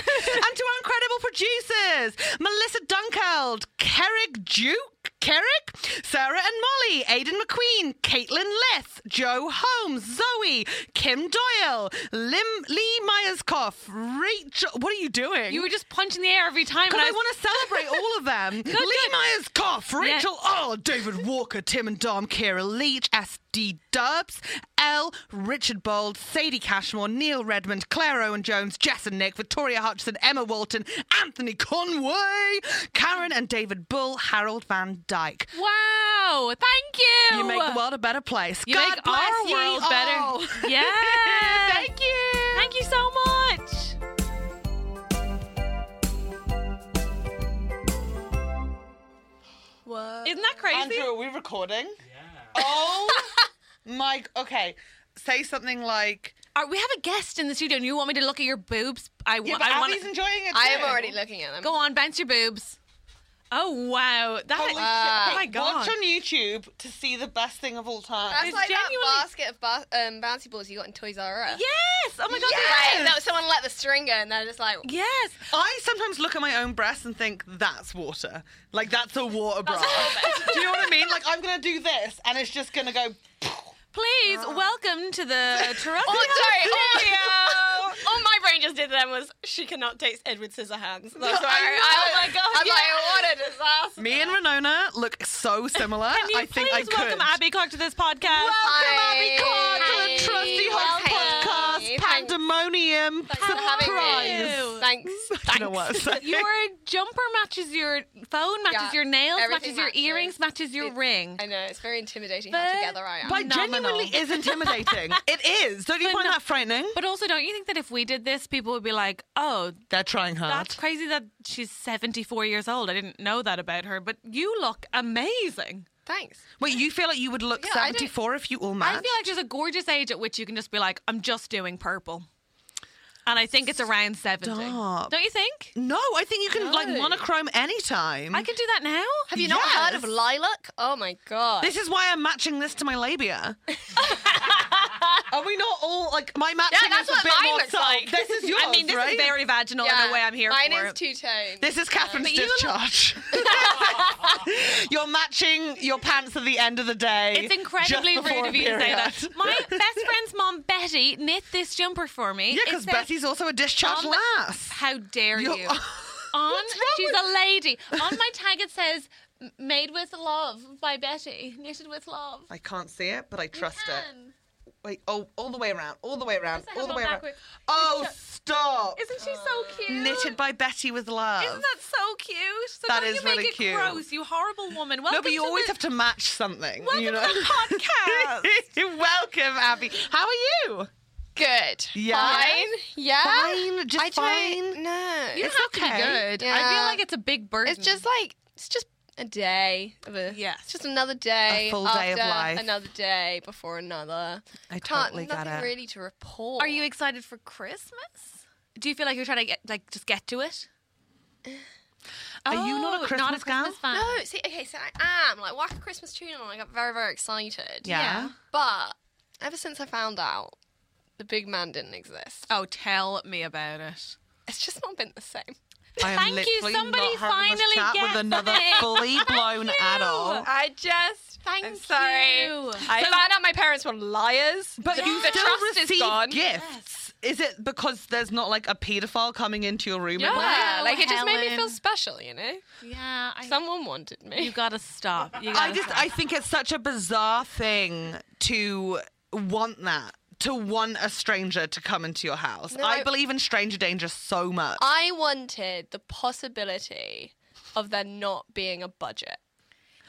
S4: to our incredible producers, Melissa Dunkeld, Kerrig Duke. Kerrick, Sarah and Molly, Aidan McQueen, Caitlin Leth, Joe Holmes, Zoe, Kim Doyle, Lim, Lee Myerscough, Rachel. What are you doing?
S3: You were just punching the air every time.
S4: Because
S3: when
S4: I want to celebrate all of them. Lee
S3: good.
S4: Myers Cough,
S3: Yeah.
S4: Rachel R, David Walker, Tim and Dom, Kira Leach, SD Dubs, L, Richard Bold, Sadie Cashmore, Neil Redmond, Claire Owen Jones, Jess and Nick, Victoria Hutchinson, Emma Walton, Anthony Conway, Karen and David Bull, Harold Van Dyke.
S3: Wow! Thank you.
S4: You make the world a better place.
S3: You
S4: God
S3: make
S4: bless
S3: our
S4: ye
S3: world
S4: all.
S3: better. Yeah.
S4: Thank you.
S3: Thank you so much.
S4: What?
S3: Isn't that crazy?
S4: Andrew, are we recording? Yeah. Oh my. Okay, say something like.
S3: Are, we have a guest in the studio, and you want me to look at your boobs? I want.
S4: Yeah, but
S3: I
S4: Abby's
S3: want.
S4: enjoying it.
S5: I
S4: too.
S5: am already looking at them.
S3: Go on, bounce your boobs. Oh wow! That
S4: Holy shit.
S3: oh my
S4: Hey,
S3: god!
S4: Watch on YouTube to see the best thing of all time.
S5: That's
S3: It's
S5: like
S3: genuinely-
S5: that basket of ba- um, bouncy balls you got in Toys R Us.
S3: yes! Oh my god!
S5: Right, that was someone let the string go, and they're just like,
S3: Yes!
S4: I sometimes look at my own breasts and think that's water. Like that's a water bra. do you know what I mean? Like I'm gonna do this and it's just gonna go.
S3: Please welcome to the Toronto.
S5: "Oh, sorry, oh, all my brain just did then was she cannot taste Edward Scissorhands. That's why. I, oh my god! I'm like, what a disaster.
S4: Me and Renona look so similar.
S3: Can you
S4: I think I
S3: please
S4: could.
S3: welcome Abby Clark to this podcast?
S4: Welcome, Abby Clark to
S5: Hi.
S4: the Trusty Hot
S5: Welcome.
S4: Podcast Pandemonium
S5: Thanks for having
S4: Surprise.
S5: me. Thanks.
S4: I don't know what I'm saying.
S5: Thanks.
S3: Your jumper matches your phone, matches
S5: Yeah,
S3: your nails, matches
S5: everything
S3: your
S5: matches.
S3: earrings, matches your
S5: It's-
S3: ring.
S5: I know it's very intimidating
S3: But-
S5: how together I am.
S4: But
S3: Phenomenal.
S4: genuinely is intimidating. it is. Don't you find
S3: Phenom-
S4: that frightening?
S3: But also, don't you think that if we did this, people would be like, "Oh,
S4: They're trying hard.
S3: that's crazy that she's seventy-four years old. I didn't know that about her." But you look amazing.
S5: Thanks.
S4: Wait, you feel like you would look
S5: Yeah, I don't-
S4: 74 if you all
S3: I
S4: matched?
S3: feel like there's a gorgeous age at which you can just be like, "I'm just doing purple," and I think it's around seventy.
S4: Stop.
S3: Don't you think?
S4: no, I think you can like
S5: No.
S4: monochrome anytime.
S3: I can do that now.
S5: Have you not heard of lilac? Oh my god.
S4: This is why I'm matching this to my labia. Are we not all like my matching is
S5: that's
S4: a
S5: what
S4: bit
S5: mine
S4: more
S5: looks
S4: soft.
S5: like.
S4: This is yours,
S3: I mean, this
S4: right?
S3: is very vaginal in a way. I'm here
S5: Mine
S3: for.
S5: is two tone.
S4: This is Catherine's
S3: you look-
S4: discharge. You're matching your pants at the end of the day.
S3: It's incredibly
S4: just before
S3: rude
S4: a
S3: of you to say
S4: period.
S3: that. My best friend's mom, Betty, knit this jumper for me.
S4: Yeah,
S3: It
S4: because
S3: says,
S4: Betty's also a discharge
S3: Um,
S4: lass.
S3: How dare
S4: You're-
S3: you? On,
S4: What's wrong
S3: she's
S4: with-
S3: a lady. On my tag, it says "M- "Made with Love" by Betty, knitted with love.
S4: I can't see it, but I trust it.
S3: Can.
S4: Wait, oh, all the way around, all the way around,
S3: It's a
S4: all the
S3: handle
S4: way around.
S3: backwards.
S4: Oh, stop!
S3: Isn't she so cute?
S4: Knitted by Betty with love.
S3: Isn't that so cute? So
S4: That
S3: don't
S4: is
S3: you make
S4: really
S3: it
S4: cute.
S3: gross, you horrible woman. Welcome
S4: no, but you
S3: to
S4: always
S3: the,
S4: have to match something.
S3: welcome
S4: you know?
S3: to the podcast. Uh,
S4: Welcome, Abby. How are you?
S5: Good.
S4: Yeah.
S5: Fine. Yeah.
S4: Fine, just
S5: I don't-
S4: fine.
S5: No.
S3: you
S5: it's,
S3: don't have
S4: okay.
S3: to be good. I feel
S5: Yeah.
S3: like it's a big burden.
S5: it's just like it's just a day of a
S3: Yeah.
S5: It's just another day.
S4: A full day of
S5: after
S4: life.
S5: Another day before another.
S4: I
S5: Can't
S4: totally
S5: nothing
S4: got it.
S5: really to report.
S3: Are you excited for Christmas? Do you feel like you're trying to get like just get to it?
S4: Are you not a
S3: Oh,
S4: Christmas gal?
S3: fan?
S5: No, see okay, so I am. Like whack a Christmas tune on, I got very, very excited.
S4: Yeah.
S5: But ever since I found out the big man didn't exist,
S3: Oh, tell me about it.
S5: it's just not been the same.
S4: I am
S3: Thank you,
S4: literally
S3: somebody
S4: not having
S3: finally
S4: this chat with
S3: gets
S4: another
S3: it.
S4: fully blown adult.
S5: I just
S3: Thank
S5: I'm sorry.
S3: you.
S5: I found out my parents were liars.
S4: But
S5: the,
S4: you
S5: the
S4: still
S5: trust is
S4: receive
S5: gone.
S4: gifts is it because there's not like a pedophile coming into your room? at
S5: Yeah,
S4: night?
S3: Wow,
S5: like it just made me feel
S3: Helen.
S5: special, you know?
S3: Yeah, I,
S5: Someone wanted me.
S3: you gotta stop. You gotta
S4: I just
S3: stop.
S4: I think it's such a bizarre thing to want that. To want a stranger to come into your house.
S5: No,
S4: I
S5: I-
S4: believe in stranger danger so
S3: Oh,
S4: much.
S5: I wanted the possibility of there not being a budget.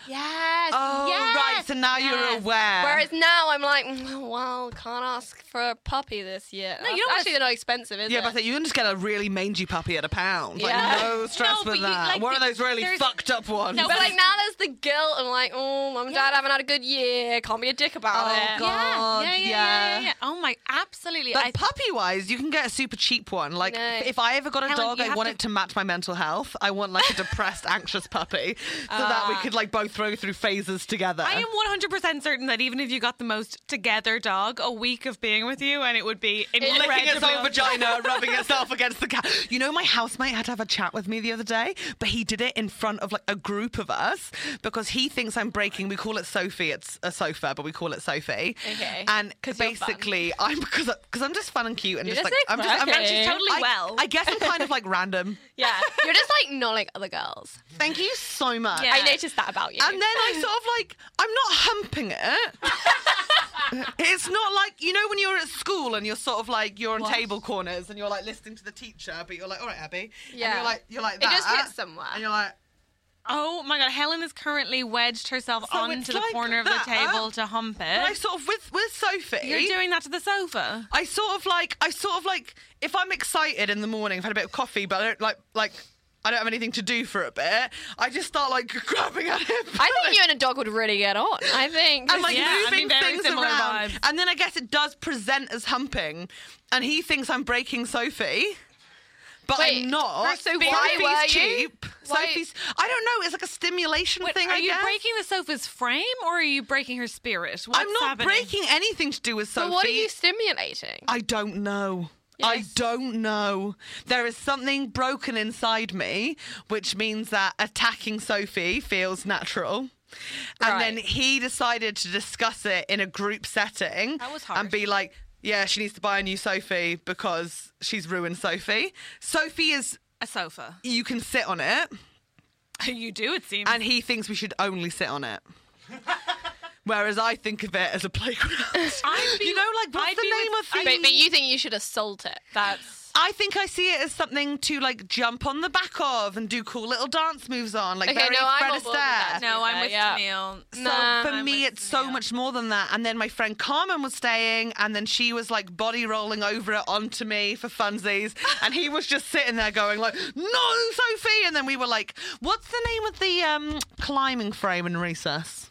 S3: yes.
S4: oh,
S3: yes,
S4: right. So now you're
S3: yes.
S4: aware.
S5: Whereas now I'm like, "Mm, well, can't ask for a puppy this year.
S3: No, you
S5: That's-
S3: don't wanna-
S5: actually they're not expensive, is
S4: yeah,
S5: it?
S4: but I think you can just get a really mangy puppy at a pound. Like,
S5: Yeah.
S4: no stress
S3: No, but
S4: with
S3: you-
S4: that.
S3: like,
S4: One of
S3: the-
S4: those really
S3: there's-
S4: fucked up ones.
S3: No,
S5: But like now there's the guilt. I'm like, oh, mum and dad haven't had a good year. Can't be a dick about
S4: Oh,
S5: it.
S4: God.
S3: Yeah, yeah, yeah, yeah,
S4: yeah.
S3: yeah, yeah. Oh my, absolutely.
S4: But
S3: I,
S4: puppy wise, you can get a super cheap one. Like
S5: No.
S4: if I ever got a
S3: Helen,
S4: dog,
S3: you
S4: I
S3: have
S4: want
S3: to-
S4: it to match my mental health. I want like a depressed, anxious puppy, so that we could like both go through phases together.
S3: Ah. I am 100% certain that even if you got the most together dog, a week of being with you and it would be
S4: licking its
S3: incredibly
S4: own vagina, rubbing itself against the cat. You know, my housemate had to have a chat with me the other day, but he did it in front of like a group of us because he thinks I'm breaking. We call it Sophie. It's a sofa, but we call it Sophie.
S5: Okay.
S4: And
S5: 'Cause you're fun.
S4: basically, I'm because because I'm just fun and cute and
S5: You're
S4: just like
S5: just
S4: I'm just I'm
S5: quirky.
S4: actually
S3: Totally
S4: I-
S3: well.
S4: I guess I'm kind of like random.
S5: Yeah, you're just like not like other girls.
S4: Thank you so much.
S3: Yeah.
S5: I noticed that about you.
S4: And then I sort of like, I'm not humping it. it's not like, you know, when you're at school and you're sort of like, you're on table corners and you're like listening to the teacher, but you're like, all right, Abby. And
S5: Yeah.
S4: you're like, you're like
S5: It
S4: that.
S5: just hits somewhere.
S4: And you're like,
S3: Oh my god, Helen has currently wedged herself
S4: So it's
S3: onto the
S4: like
S3: corner of
S4: that.
S3: the table to hump
S4: and I
S3: it.
S4: sort of, with, with Sophie.
S3: You're doing that to the sofa.
S4: I sort of like I sort of like if I'm excited in the morning, I've had a bit of coffee, but I don't like like I don't have anything to do for a bit. I just start like grabbing at it.
S5: I think you and a dog would really get on. I think.
S4: and like
S3: Yeah, I mean,
S4: moving
S3: very
S4: things
S3: similar
S4: around.
S3: vibes.
S4: And then I guess it does present as humping, and he thinks I'm breaking Sophie. But
S5: Wait,
S4: I'm not.
S5: first, so why
S4: Sophie's
S5: were you?
S4: cheap.
S5: Why-
S4: Sophie's. I don't know. It's like a stimulation
S3: Wait,
S4: thing.
S3: are
S4: I
S3: you
S4: guess.
S3: breaking the sofa's frame or are you breaking her spirit? What's
S4: I'm not
S3: happening?
S4: breaking anything to do with Sophie.
S5: But what are you stimulating?
S4: I don't know. I
S5: Yes.
S4: don't know. There is something broken inside me, which means that attacking Sophie feels natural. And
S5: Right.
S4: then he decided to discuss it in a group setting
S3: That was
S4: and be like, yeah, she needs to buy a new Sophie because she's ruined Sophie. Sophie is,
S3: a sofa.
S4: you can sit on it,
S3: You do, it seems.
S4: and he thinks we should only sit on it. Whereas I think of it as a playground.
S3: I'd be-
S4: you know, like, what's
S3: I'd
S4: the
S3: be
S4: name
S3: with-
S4: of the.
S5: But, but you think you should assault it. That's
S4: I think I see it as something to like jump on the back of and do cool little dance moves on, like
S5: Okay,
S4: very
S5: no, I'm
S4: Fred
S5: on board with that.
S4: Astaire.
S3: no, I'm with
S5: Yeah.
S3: Camille.
S4: So
S5: Nah,
S4: for
S3: I'm
S4: me,
S3: with
S4: it's so
S3: Camille.
S4: much more than that. And then my friend Carmen was staying, and then she was like body rolling over it onto me for funsies, and he was just sitting there going like, "No, Sophie!" And then we were like, "What's the name of the um, climbing frame in recess?"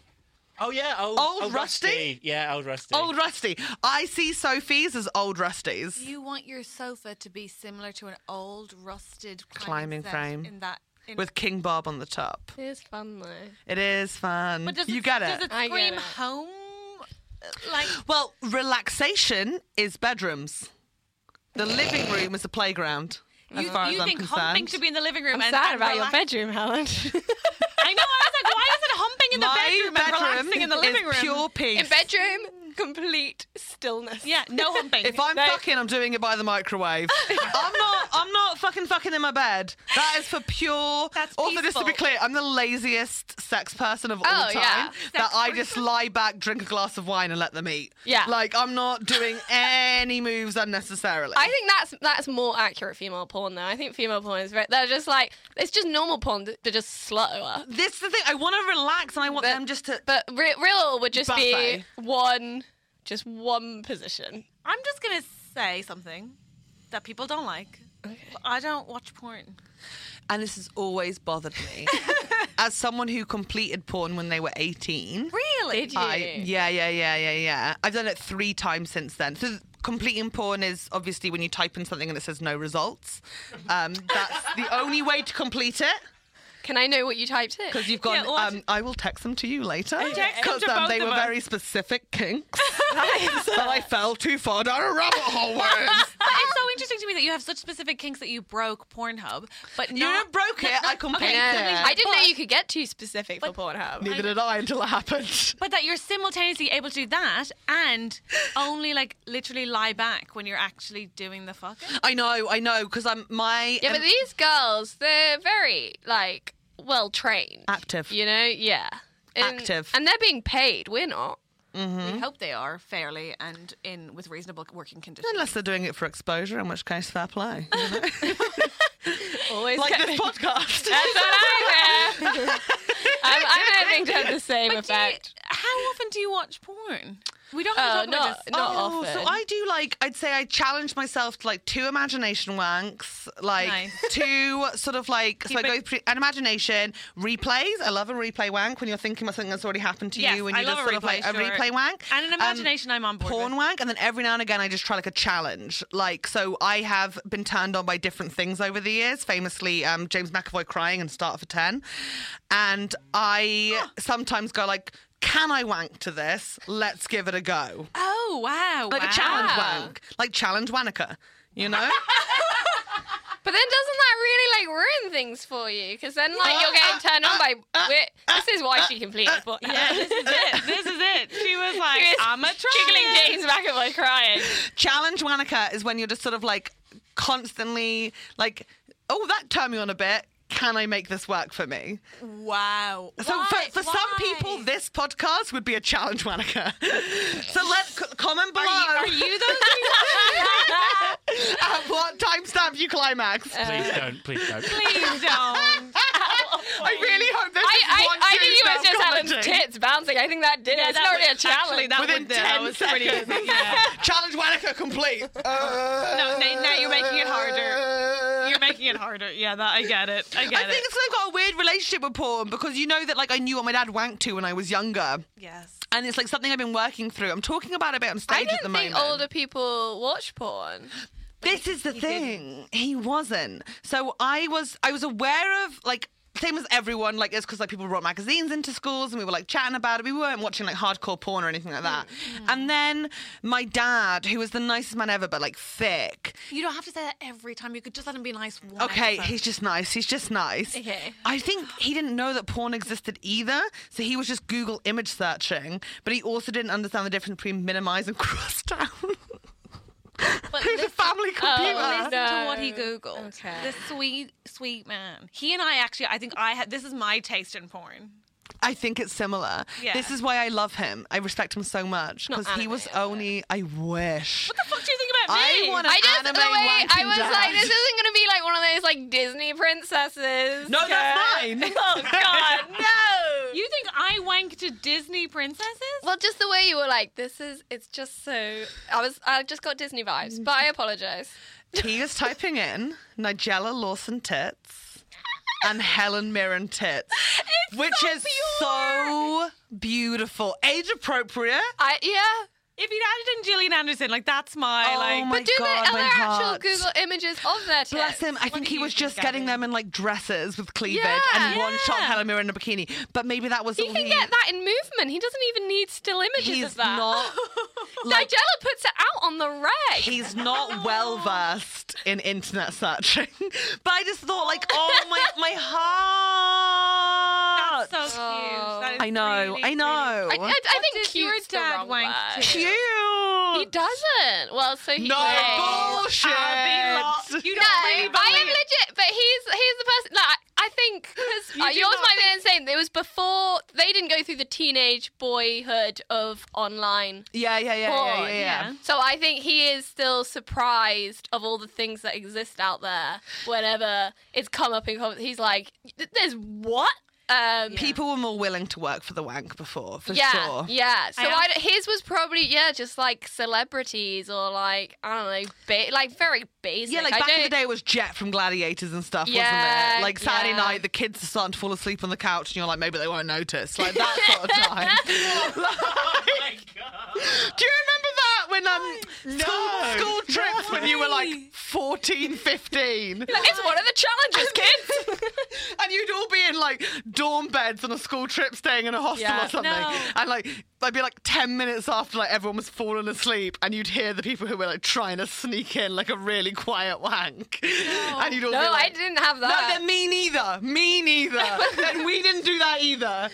S1: Oh yeah, old,
S4: Old Rusty?
S1: Yeah, old rusty.
S4: Old Rusty. I see Sophie's as old Rusty's.
S3: You want your sofa to be similar to an old, rusted
S4: Climbing
S3: climbing, set
S4: frame.
S3: in that. In
S4: with King Bob on the top.
S5: it's fun though.
S4: It is fun.
S3: but does
S4: you
S3: it,
S4: get
S3: does
S4: it.
S3: it
S5: I get
S3: scream
S5: it.
S3: home? Like
S4: Well, relaxation is bedrooms. The living room is the playground. As
S3: you,
S4: far as
S3: you
S4: I'm
S3: think
S4: concerned.
S3: humping should be in the living room?
S5: I'm
S3: and,
S5: sad
S3: and
S5: about your
S3: relax-
S5: bedroom, Helen.
S3: I know. I was like, why is it humping in the
S4: My
S3: bedroom, and relaxing in the living
S4: is
S3: room?
S4: pure peace.
S5: In bedroom, complete stillness.
S3: Yeah, no humping.
S4: if I'm fucking, I'm doing it by the microwave. I'm not. I'm not fucking fucking in my bed. That is for pure.
S3: That's
S4: also, just to be
S3: peaceful.
S4: clear, I'm the laziest sex person of all
S5: Oh,
S4: time.
S5: yeah.
S4: That I just lie back, drink a glass of wine, and let them eat.
S5: Yeah.
S4: Like I'm not doing any moves unnecessarily.
S5: I think that's that's more accurate female porn though. I think female porn is very, they're just like it's just normal porn. th- They're just slower.
S4: this is the thing. I want to relax, and I want
S5: But-
S4: them just to.
S5: But re- real would just
S4: Buffet.
S5: be one, just one position.
S3: I'm just gonna say something that people don't like. I don't watch porn.
S4: and this has always bothered me as someone who completed porn when they were 18
S5: Really? Did you?
S4: I, yeah yeah yeah yeah yeah i've done it three times since then so th- completing porn is obviously when you type in something and it says no results um, that's the only way to complete it
S5: Can I know what you typed in?
S4: Because you've
S3: Yeah,
S4: gone,
S3: what-
S4: um, I will text them to you later.
S3: Text them
S4: Because
S3: to
S4: um,
S3: both
S4: they
S3: of
S4: were
S3: us.
S4: very specific kinks. that I fell too far down a rabbit hole with.
S3: But it's so interesting to me that you have such specific kinks that you broke Pornhub, but
S4: You
S3: not,
S4: done broke it, I completed it.
S5: I didn't know you could get too specific for Pornhub.
S4: Neither did I until it happened.
S3: But that you're simultaneously able to do that and only like literally lie back when you're actually doing the fucking.
S4: I know, I know, because I'm my
S5: Yeah, but these girls, they're very like well trained,
S4: Active.
S5: You know, yeah, and,
S4: Active.
S5: and they're being paid. We're not.
S4: Mm-hmm.
S3: We hope they are fairly and in with reasonable working conditions.
S4: unless they're doing it for exposure, in which case fair play.
S5: Always
S4: like
S5: get-
S4: this podcast.
S5: That's what I wear. I'm, I'm hoping to have the same
S3: But do you-
S5: effect.
S3: how often do you watch porn? We don't
S5: Oh,
S3: have to talk
S5: not
S3: about this.
S5: not
S4: Oh,
S5: often.
S4: so I do like I'd say I challenge myself to like two imagination wanks, like
S3: Nice.
S4: two sort of like so I go through an imagination replays. I love a replay wank when you're thinking about something that's already happened to
S3: Yes,
S4: you, and
S3: I
S4: you
S3: love
S4: just
S3: a
S4: sort of like
S3: replay,
S4: a
S3: sure.
S4: replay wank
S3: And an
S4: Um,
S3: imagination I'm on board
S4: Porn
S3: with.
S4: wank, and then every now and again I just try like a challenge. Like so, I have been turned on by different things over the years. Famously, um, James McAvoy crying and start for ten, and I sometimes go like. Can I wank to this? Let's give it a go
S3: Oh wow!
S4: like
S3: wow.
S4: a challenge wank, like challenge wanker. You know,
S5: But then doesn't that really like ruin things for you? Because then like you're getting turned on by. wi- this is why she completed. But
S3: Yeah, this is it. This is it. She was like,
S5: She was
S3: "I'm a try
S5: Jiggling
S3: it."
S5: James McAvoy crying.
S4: challenge wanker is when you're just sort of like constantly like, oh, that turned me on a bit. Can I make this work for me?
S3: Wow.
S4: So
S3: Why?
S4: for, for some
S3: Why?
S4: people, this podcast would be a challenge wanker. so let c- comment below
S3: are you, are you those people?
S4: at what timestamp you climax.
S1: Please don't. Please don't.
S3: Please Uh, don't.
S4: I really hope this
S5: I
S4: is
S5: I,
S4: one
S5: I think it was
S4: Tuesday
S5: just
S4: I'm
S5: Helen's
S4: commenting.
S5: tits bouncing. I think that did it. It's not really a challenge.
S4: Actually, that
S3: Within
S4: would- that
S3: 10
S4: was pretty
S3: seconds.
S4: easy. Challenge Wanaka complete. Uh,
S3: No, now, now you're making it harder. You're making it harder. Yeah, that I get it. I get
S4: I think
S3: it.
S4: it's because I've got a weird relationship with porn because you know that like I knew what my dad wanked to when I was younger.
S3: Yes.
S4: And it's like something I've been working through. I'm talking about it a bit on
S5: I
S4: stage at the
S5: didn't
S4: moment.
S5: think older people watch porn.
S4: this is the thing. He wasn't. So I was I was aware of like same as everyone, like it's because like people brought magazines into schools and we were like chatting about it. We weren't watching like hardcore porn or anything like that.
S3: Mm.
S4: And then my dad, who was the nicest man ever, but like thick,
S3: You don't have to say that every time. You could just let him be nice once.
S4: Okay, he's just nice. He's just nice.
S5: Okay.
S4: I think he didn't know that porn existed either, so he was just Google image searching, but he also didn't understand the difference between minimize and cross down.
S3: But
S4: Who's a
S3: listen- oh,
S4: family computer?
S3: Listen
S5: No.
S3: to what he googled.
S5: Okay.
S3: This sweet, sweet man. He and I actually, I think I had. This is my taste in porn.
S4: I think it's similar.
S3: Yeah.
S4: This is why I love him. I respect him so much
S5: Not
S4: because he was
S5: anime,
S4: only. I wish.
S3: What the fuck do you think about
S4: I
S3: me?
S4: wanna-
S5: I just
S4: anime
S5: the way I
S4: wanking
S5: was
S4: dad.
S5: like, this isn't gonna be like one of those like Disney princesses.
S4: No, that's mine.
S5: Oh God, no.
S3: You think I wank to Disney princesses?
S5: well, just the way you were like, this is. It's just so. I was. I just got Disney vibes, but I
S4: Mm.
S5: apologize.
S4: he is typing in Nigella Lawson tits and Helen Mirren tits, which is so beautiful, age appropriate.
S5: I yeah.
S3: If he'd added in Gillian Anderson, like that's my
S4: Oh
S3: like.
S4: my
S5: But do they
S4: God,
S5: are
S4: my
S5: there
S4: heart.
S5: actual Google images of their tits?
S4: Bless him. I
S3: What
S4: think
S3: do
S4: he
S3: you
S4: was
S3: think,
S4: just getting
S3: Gabby?
S4: them in like dresses with cleavage
S5: Yeah.
S4: and one shot
S3: Yeah.
S4: Helen Mirren in a bikini. But maybe that was
S5: He
S4: all
S5: can get that in movement. He doesn't even need still images
S4: He's
S5: of that.
S4: not like
S5: Nigella puts it out on the reg.
S4: he's not well versed in internet searching. but I just thought like, oh my my heart.
S3: That's so cute. That is
S4: I know.
S3: really,
S4: I know.
S5: I, I, I think
S3: does your
S5: cute's
S3: dad
S5: the wrong
S3: wank
S5: word.
S3: to?
S4: Cute.
S5: He doesn't. Well, so he
S4: No
S5: plays.
S4: bullshit.
S3: Abby Lo- you
S5: No,
S3: don't really
S5: I am
S3: believe-
S5: legit, but he's he's the person. Like, I- I think because
S3: You
S5: uh,
S3: do
S5: yours
S3: not
S5: might be the same. It was before they didn't go through the teenage boyhood of online.
S4: yeah, yeah, yeah, yeah, yeah,
S5: porn.
S4: yeah.
S3: yeah.
S5: So I think he is still surprised of all the things that exist out there. Whenever it's come up in comments, he's like, "There's what." Um,
S4: People were more willing to work for the wank before, for
S5: yeah,
S4: sure.
S5: yeah. So
S3: I
S5: I d his was probably yeah, just like celebrities or like I don't know, ba- like very basic.
S4: Yeah, like
S5: I
S4: back in the
S5: don't-
S4: day, it was Jet from Gladiators and stuff, wasn't
S5: Yeah,
S4: it? Like Saturday
S5: yeah.
S4: night, the kids are starting to fall asleep on the couch, and you're like, maybe they won't notice. Like that sort of time. Like, Do you remember that? When when um
S1: No.
S4: school, school trips when you were
S3: Why?
S4: like 14, 15.
S5: Like, it's one of the challenges, kids.
S4: and you'd all be in like dorm beds on a school trip, staying in a hostel
S5: Yeah.
S4: or something.
S3: No.
S4: And like, I'd be like ten minutes after like everyone was falling asleep, and you'd hear the people who were like trying to sneak in like a really quiet wank, and you'd all
S5: no,
S4: be
S5: I
S4: like,
S5: didn't have
S4: No,
S5: that.
S4: then me neither. Me neither. and we didn't do that either.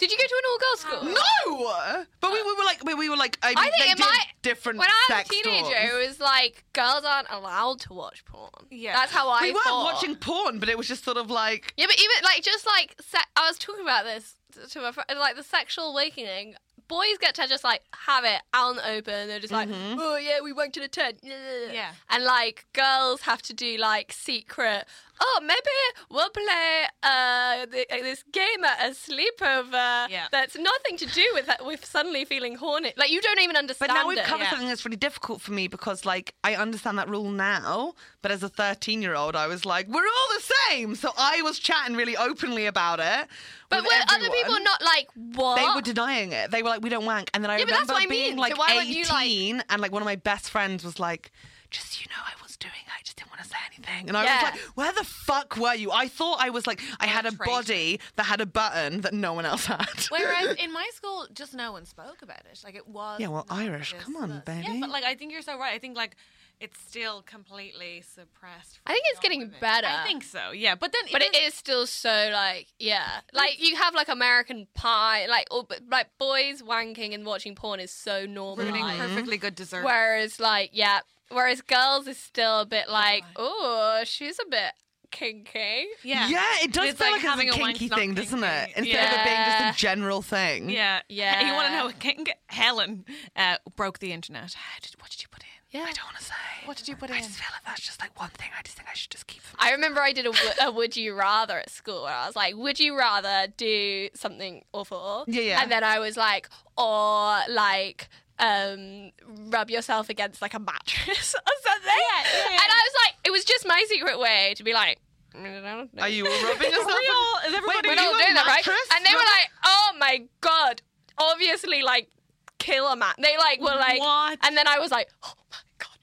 S5: Did you go to an all-girls school?
S4: No, but we, we were like we, we were like I,
S5: I think
S4: they
S5: it
S4: did
S5: might
S4: different
S5: When I was a
S4: sex
S5: teenager,
S4: dorms.
S5: it was like girls aren't allowed to watch porn.
S3: Yeah.
S5: that's how I.
S4: we weren't
S5: thought.
S4: watching porn, but it was just sort of like
S5: Yeah, but even like just like se- I was talking about this t- to my friend, like the sexual awakening. Boys get to just like have it out in the open. They're just like,
S4: Mm-hmm.
S5: oh yeah, we went to the tent.
S3: Yeah.
S5: and like girls have to do like secret. Oh, maybe we'll play uh, the, uh, this game at a sleepover.
S3: Yeah.
S5: that's nothing to do with that. With suddenly feeling horny, like you don't even
S4: But
S5: understand.
S4: now we've
S5: it.
S4: covered
S3: yeah.
S4: something that's really difficult for me because, like, I understand that rule now, but as a 13 year old, I was like, we're all the same. So I was chatting really openly about it.
S5: But
S4: with
S5: were other people
S4: everyone.
S5: not like what?
S4: They were denying it. They were like, we don't wank. And then I
S5: Oh. Yeah, but that's
S4: remember
S5: what I
S4: being
S5: mean. So
S4: like
S5: why weren't
S4: 18,
S5: you, like-
S4: and like one of my best friends was like, just so you know, I was doing it. I just didn't want to say anything. And I
S5: Yeah.
S4: was like, where the fuck were you? I thought I was like, I had a
S3: traitor.
S4: body that had a button that no one else had.
S3: Whereas in my school, just no one spoke about it. Like it was.
S4: Yeah, well,
S3: not
S4: Irish,
S3: discussed.
S4: come on,
S3: Yeah,
S4: baby.
S3: but like I think you're so right. I think like it's still completely suppressed. for
S5: I think it's
S3: young
S5: getting
S3: women.
S5: better.
S3: I think so. Yeah, but then
S5: But it is still so like yeah, like you have like American Pie, like all, but, like boys wanking and watching porn is so normal.
S3: ruining perfectly good dessert.
S5: Whereas like yeah, whereas girls is still a bit like oh she's a bit kinky.
S3: yeah.
S4: it does
S3: It's
S4: feel
S3: like
S4: like,
S3: having
S4: it's
S3: a
S4: a
S3: wank's
S4: kinky
S3: not
S4: thing, doesn't it?
S3: kinky.
S4: Instead of it being
S5: Yeah.
S4: just a general thing.
S3: Yeah,
S5: Yeah.
S3: You want to know? King Helen uh, broke the internet. How did, what did you put in?
S5: Yeah, I,
S4: I don't want to say.
S3: What did you put
S4: I
S3: in?
S4: just feel like that's just like one thing. I just think I should just keep. From
S5: remember I did a, wo- a would you rather at school, and I was like, would you rather do something awful?
S4: Yeah, yeah.
S5: And then I was like, or like um rub yourself against like a mattress or something.
S3: yeah, yeah.
S5: And I was like, it was just my secret way to be like. "Mm, I don't know.
S4: Are you all rubbing
S3: Is
S4: yourself?
S3: real? Is everybody?
S4: Wait,
S5: We're
S4: Are
S5: all
S4: you a
S5: doing that, right?
S4: mattress?
S5: And they were
S4: Right.
S5: like, "Oh my god!" Obviously, like kill a man. They like were like,
S3: What?
S5: And then I was like, "Oh my god,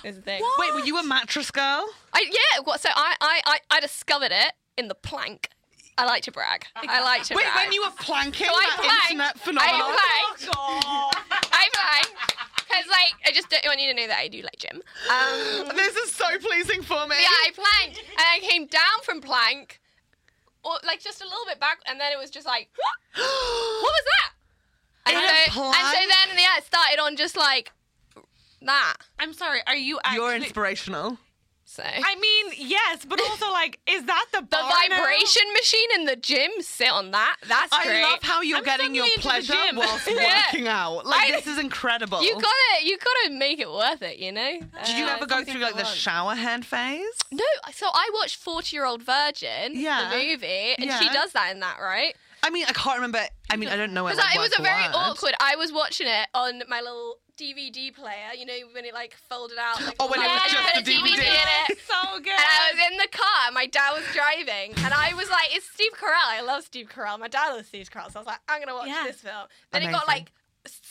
S5: no!" Is the thing.
S4: Wait, were you a mattress girl?
S5: I, yeah. What? So I, I, I, I discovered it in the plank. I like to brag. I like to.
S4: Wait,
S5: brag.
S4: when you were planking
S5: So I
S4: that
S5: planked.
S4: internet phenomenon.
S5: I blanked. I blanked. Because like I just don't want you to know that I do like gym.
S4: Uh,
S5: Um,
S4: This is so pleasing for me.
S5: yeah, I planked, and I came down from plank, or like just a little bit back, and then it was just like. what was that? And,
S4: In a
S5: so,
S4: plank?
S5: and so then yeah, it started on just like that.
S3: I'm sorry. Are you? Actually,
S4: You're inspirational.
S5: So
S3: I mean, yes, but also like, is that the
S5: the
S3: bar now?
S5: vibration machine in the gym, sit on that. That's
S4: I
S5: great.
S4: love how you're
S3: I'm
S4: getting your
S3: suddenly into the
S4: pleasure
S3: gym.
S4: whilst
S5: Yeah.
S4: working out. Like
S5: I-
S4: this is incredible.
S5: you gotta you gotta make it worth it, you know.
S4: Oh. Did you
S5: Uh,
S4: ever go
S5: something
S4: through like
S5: to
S4: the
S5: want.
S4: shower hand phase?
S5: No, so I watched Forty Year Old Virgin,
S4: Yeah.
S5: the movie, and she
S4: Yeah.
S5: does that in that, right?
S4: I mean, I can't remember. I mean, I don't know it.
S5: Because
S4: Like,
S5: it was
S4: word
S5: a
S4: for
S5: very
S4: word.
S5: awkward. I was watching it on my little DVD player, you know, when it like folded out. Like,
S4: Oh, when it was
S5: like,
S4: just
S5: had
S4: the
S5: a DVD
S4: DVD.
S5: in it.
S3: So good.
S5: And I was in the car. My dad was driving, and I was like, "It's Steve Carell. I love Steve Carell. My dad loves Steve Carell." So I was like, "I'm gonna watch
S3: Yeah.
S5: this film." Then it got
S4: Amazing.
S5: like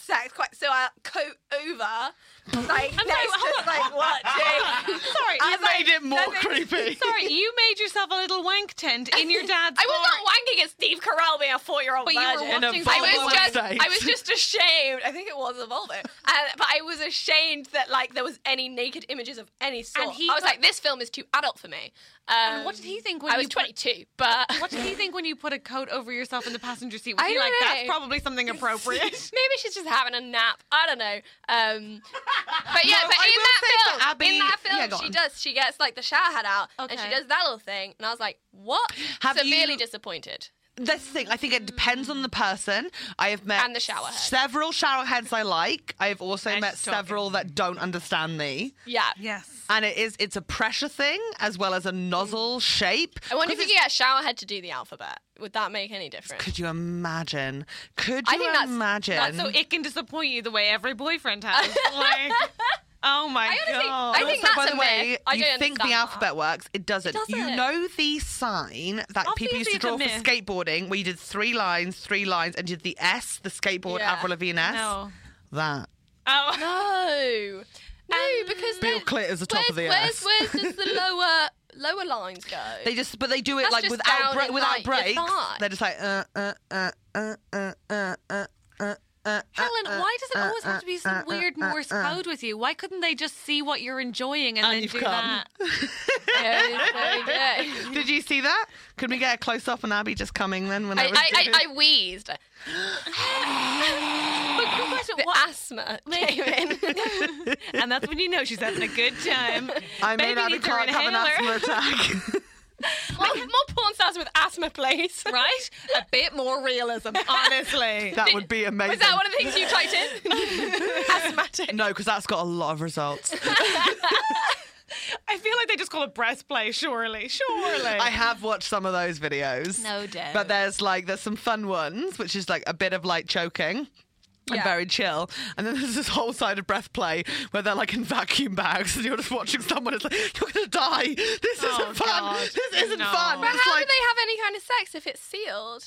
S5: sex quite. So I coat over, like
S3: I'm sorry,
S5: next
S3: hold
S5: to
S3: on.
S5: like watching.
S3: sorry.
S5: I
S3: you
S5: was like,
S4: Made it more
S3: That's ex-
S4: creepy.
S3: Sorry, you made yourself a little wank tent in your dad's.
S5: I was
S3: bar.
S5: not wanking at Steve Carell being a four-year-old
S3: But you were
S5: virgin.
S3: In a watching
S5: I
S3: Volvo
S5: was just,
S4: state.
S5: I was just ashamed. I think it was a Volvo, and, but I was ashamed that like there was any naked images of any sort.
S3: And he
S5: I was
S3: got-
S5: like, this film is too adult for me. Um,
S3: And what did he think when
S5: I was
S3: you put-
S5: 22, but
S3: What did he think when you put a coat over yourself in the passenger seat? Was
S5: I
S3: he
S5: don't
S3: like,
S5: know.
S3: that's probably something appropriate?
S5: Maybe she's just having a nap. I don't know. Um, but yeah,
S4: No,
S5: but
S4: I
S5: in
S4: will
S5: that,
S4: say
S5: film,
S4: that Abby-
S5: in that film,
S4: yeah, go
S5: she
S4: on.
S5: does. She gets like the shower hat out and she
S3: Okay.
S5: does that little thing. And I was like, what?
S4: Have
S5: Severely
S4: you-
S5: disappointed.
S4: That's the thing. I think it depends on the person. I have met
S5: And the shower head.
S4: several shower heads I like. I have also
S3: Now
S4: met
S3: she's talking.
S4: several that don't understand me.
S5: Yeah.
S3: yes.
S4: And it is it's a pressure thing as well as a nozzle shape.
S5: I wonder if
S4: 'Cause
S5: you could get a shower head to do the alphabet. Would that make any difference?
S4: it's- could you imagine? Could
S5: I
S4: you
S5: think that's-
S4: imagine?
S3: That's so it can disappoint you the way every boyfriend has. Like, oh my
S5: I honestly-
S3: god.
S5: I
S4: also,
S5: think that's
S4: by
S5: a
S4: the way,
S5: myth. I
S4: you
S5: don't
S4: think the
S5: understand
S4: alphabet works. It doesn't.
S5: It
S4: You
S5: doesn't.
S4: know the sign that people used
S3: Obviously it's
S4: to
S3: a
S4: draw for
S3: myth.
S4: skateboarding, where you did three lines, three lines, and did the S, the skateboard
S5: Yeah.
S4: Avril Lavigne S.
S3: No.
S4: That
S3: Oh.
S5: No. No, because
S4: Bill
S5: then-
S4: Clit is the top
S5: where's,
S4: of the
S5: where's,
S4: S.
S5: where's does the lower lower lines go?
S4: They just, but they do it
S5: That's
S4: like
S5: just
S4: without
S5: down
S4: bre-
S5: in,
S4: without
S5: like, your
S4: breaks.
S5: thigh.
S4: They're just like uh uh uh uh uh uh uh uh. uh
S3: Helen,
S4: uh,
S3: why does it
S4: uh,
S3: always have to be some
S4: uh,
S3: weird
S4: uh,
S3: Morse
S4: uh,
S3: code with you? Why couldn't they just see what you're enjoying and,
S4: And
S3: then
S4: you've
S3: do
S4: come.
S3: that?
S5: Yeah, it is very good.
S4: Did you see that? Could we get a close up on Abby just coming then? When
S5: I,
S4: I, was
S5: I,
S4: doing-
S5: I, I wheezed.
S3: But quick question,
S5: The
S3: what-
S5: asthma came in.
S3: and that's when you know she's having a good time.
S4: I
S3: Maybe
S4: may not
S3: needs her
S4: can't have an asthma
S3: inhaler.
S4: attack.
S5: more, more porn stars with asthma, please.
S3: Right? A bit more realism, honestly.
S4: that would be amazing.
S5: Was that one of the things you typed in? Asthmatic.
S4: no, because that's got a lot of results.
S3: I feel like they just call it breastplay, surely. Surely.
S4: I have watched some of those videos.
S3: No doubt.
S4: But there's like there's some fun ones, which is like a bit of like choking. And
S5: Yeah.
S4: very chill. And then there's this whole side of breath play where they're like in vacuum bags and you're just watching someone. It's like, you're going to die. This
S3: Oh,
S4: isn't fun.
S3: God.
S4: This isn't
S3: No.
S4: fun.
S5: But
S4: It's
S5: how
S4: like,
S5: do they have any kind of sex if it's sealed?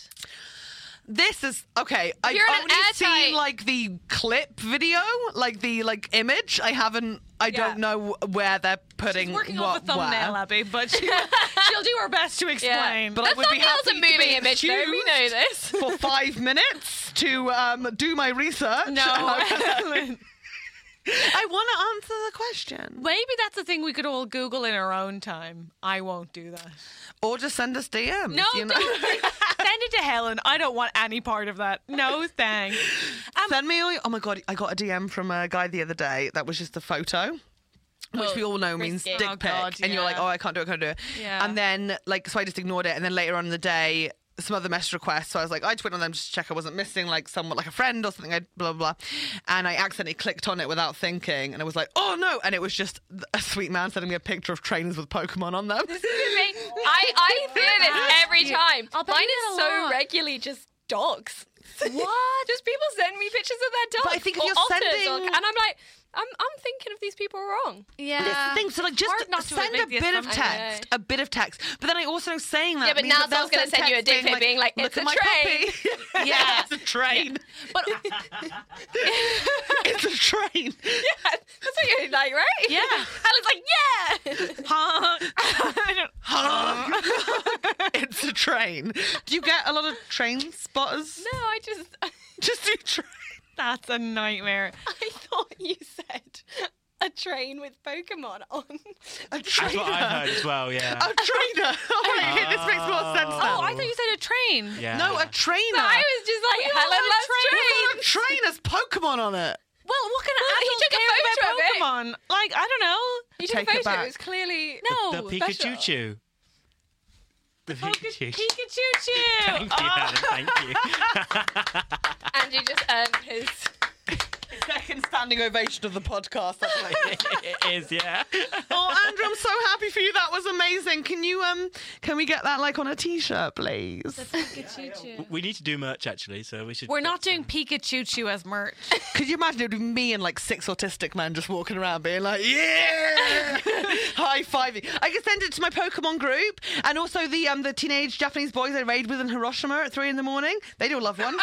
S4: this is okay. I've
S5: you're in an
S4: only
S5: airtight-
S4: seen like the clip video, like the like image. I haven't, I
S3: Yeah.
S4: don't know where they're putting
S3: She's working
S4: what
S3: off a thumbnail,
S4: where.
S3: Abby, but she, she'll do her best to explain.
S4: But I
S5: That's
S4: would be
S5: thumbnail's a
S4: happy to be
S5: moving image, though. We know
S4: accused.
S5: this.
S4: for five minutes to um, do my research.
S3: no, Ellen.
S4: I want to answer the question.
S3: Maybe that's a thing we could all Google in our own time. I won't do that.
S4: Or just send us DMs.
S3: No,
S4: you know?
S3: don't. Send it to Helen. I don't want any part of that. No, thanks.
S4: Send me all your, oh my god, I got a DM from a guy the other day that was just a photo. Which
S5: Oh,
S4: we all know means
S5: risky.
S4: dick
S5: Oh,
S4: pic,
S3: God,
S4: and you're like,
S3: yeah.
S4: oh, I can't do it, I can't do it.
S3: Yeah.
S4: And then, like, so I just ignored it. And then later on in the day, some other message requests. So I was like, I just went on them just to check I wasn't missing like someone, like a friend or something. I blah blah. blah. And I accidentally clicked on it without thinking, and I was like, oh no! And it was just a sweet man sending me a picture of trainers with Pokemon on them.
S5: I, I fear this every time.
S3: I'll bet
S5: Mine
S3: you
S5: is
S3: get a
S5: so
S3: lot.
S5: regularly just dogs. What? just people send me pictures of their dogs.
S4: But I think if
S5: or
S4: you're
S5: otters or,
S4: sending-
S5: and I'm like, I'm, I'm thinking of these people wrong.
S3: Yeah.
S4: That's the thing. So like, just
S3: hard not to
S4: send
S3: make
S4: a
S3: the
S4: bit of
S3: assumption.
S4: text, a bit of text. But then I also know saying that.
S5: Yeah, but
S4: means
S5: now
S4: that they'll
S5: someone's gonna send you a dick pic being like,
S4: "Look
S5: "It's
S4: at
S5: a
S4: my
S5: train."
S4: puppy."
S3: Yeah.
S4: it's a train.
S3: But
S4: it's a train.
S5: That's what you're like, right?
S3: Yeah.
S5: Helen's like, yeah.
S3: huh? I don't-
S4: it's a train. Do you get a lot of train spotters?
S5: no, I just, I
S4: Just do train.
S3: that's a nightmare.
S5: thought you said a train with Pokemon on.
S4: A
S6: That's
S4: trainer.
S6: what I heard as well. Yeah.
S4: A trainer. Oh my god, this makes more sense now.
S3: Oh, I thought you said a train.
S6: yeah.
S4: no, a trainer.
S5: But I was just like, Helen
S3: on a
S5: loves
S3: train.
S5: trains.
S4: What about a train has Pokemon on it.
S3: Well, what can
S5: Well, he
S3: adults
S5: took a
S3: care
S5: photo of
S3: about
S5: it.
S3: Pokemon? Like, I don't know.
S5: You took
S4: Take
S5: a
S4: it
S5: photo.
S4: back.
S5: It was clearly Oh,
S3: No.
S6: the Pikachu Chew. The Pikachu. Chew.
S3: Pikachu Ah. Chew.
S6: Thank you, Helen. Thank you.
S5: And you just earned his.
S4: Second standing ovation of the podcast. I believe.
S6: it is, yeah.
S4: Oh, Andrew, I'm so happy for you. That was amazing. Can you um can we get that like on a t-shirt, please?
S6: We need to do merch actually, so we should.
S3: We're not doing Pikachu Chew as merch.
S4: Could you imagine it would be me and like six autistic men just walking around being like, yeah, high fiving. I could send it to my Pokemon group and also the um the teenage Japanese boys I raid with in Hiroshima at three in the morning. They'd all love one.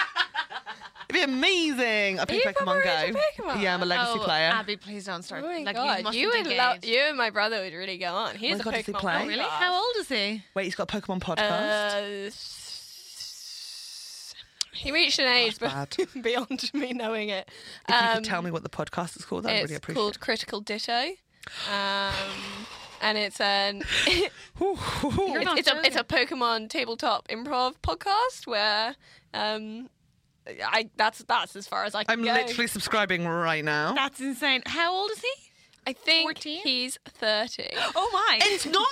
S4: It'd be amazing. I play
S5: you proper
S4: Pokemon
S5: raid
S4: Go.
S5: your Pokemon?
S4: Yeah, I'm a legacy
S3: oh,
S4: player.
S3: Abby, please don't start.
S5: Oh my
S3: like, You,
S5: god,
S3: mustn't
S5: you, would love
S3: engage.
S5: you and my brother would really go on. He's
S4: my
S5: a
S4: God, does he
S5: Pokemon.
S4: play?
S5: fan.
S4: Oh,
S3: Really? How old is he?
S4: Wait, he's got a Pokemon podcast.
S5: Uh, he reached an age
S4: That's
S5: be- beyond me knowing it.
S4: if you
S5: um,
S4: could tell me what the podcast is called, I'd
S5: It's
S4: really appreciate
S5: called Critical Ditto. Um, and it's an
S4: it.
S3: not
S5: it's, it's a
S3: joking.
S5: it's a Pokemon tabletop improv podcast where um I that's that's as far as I can
S4: I'm
S5: go.
S4: literally subscribing right now.
S3: That's insane. How old is he?
S5: I think
S3: 14?
S5: he's thirty.
S3: Oh my!
S4: It's not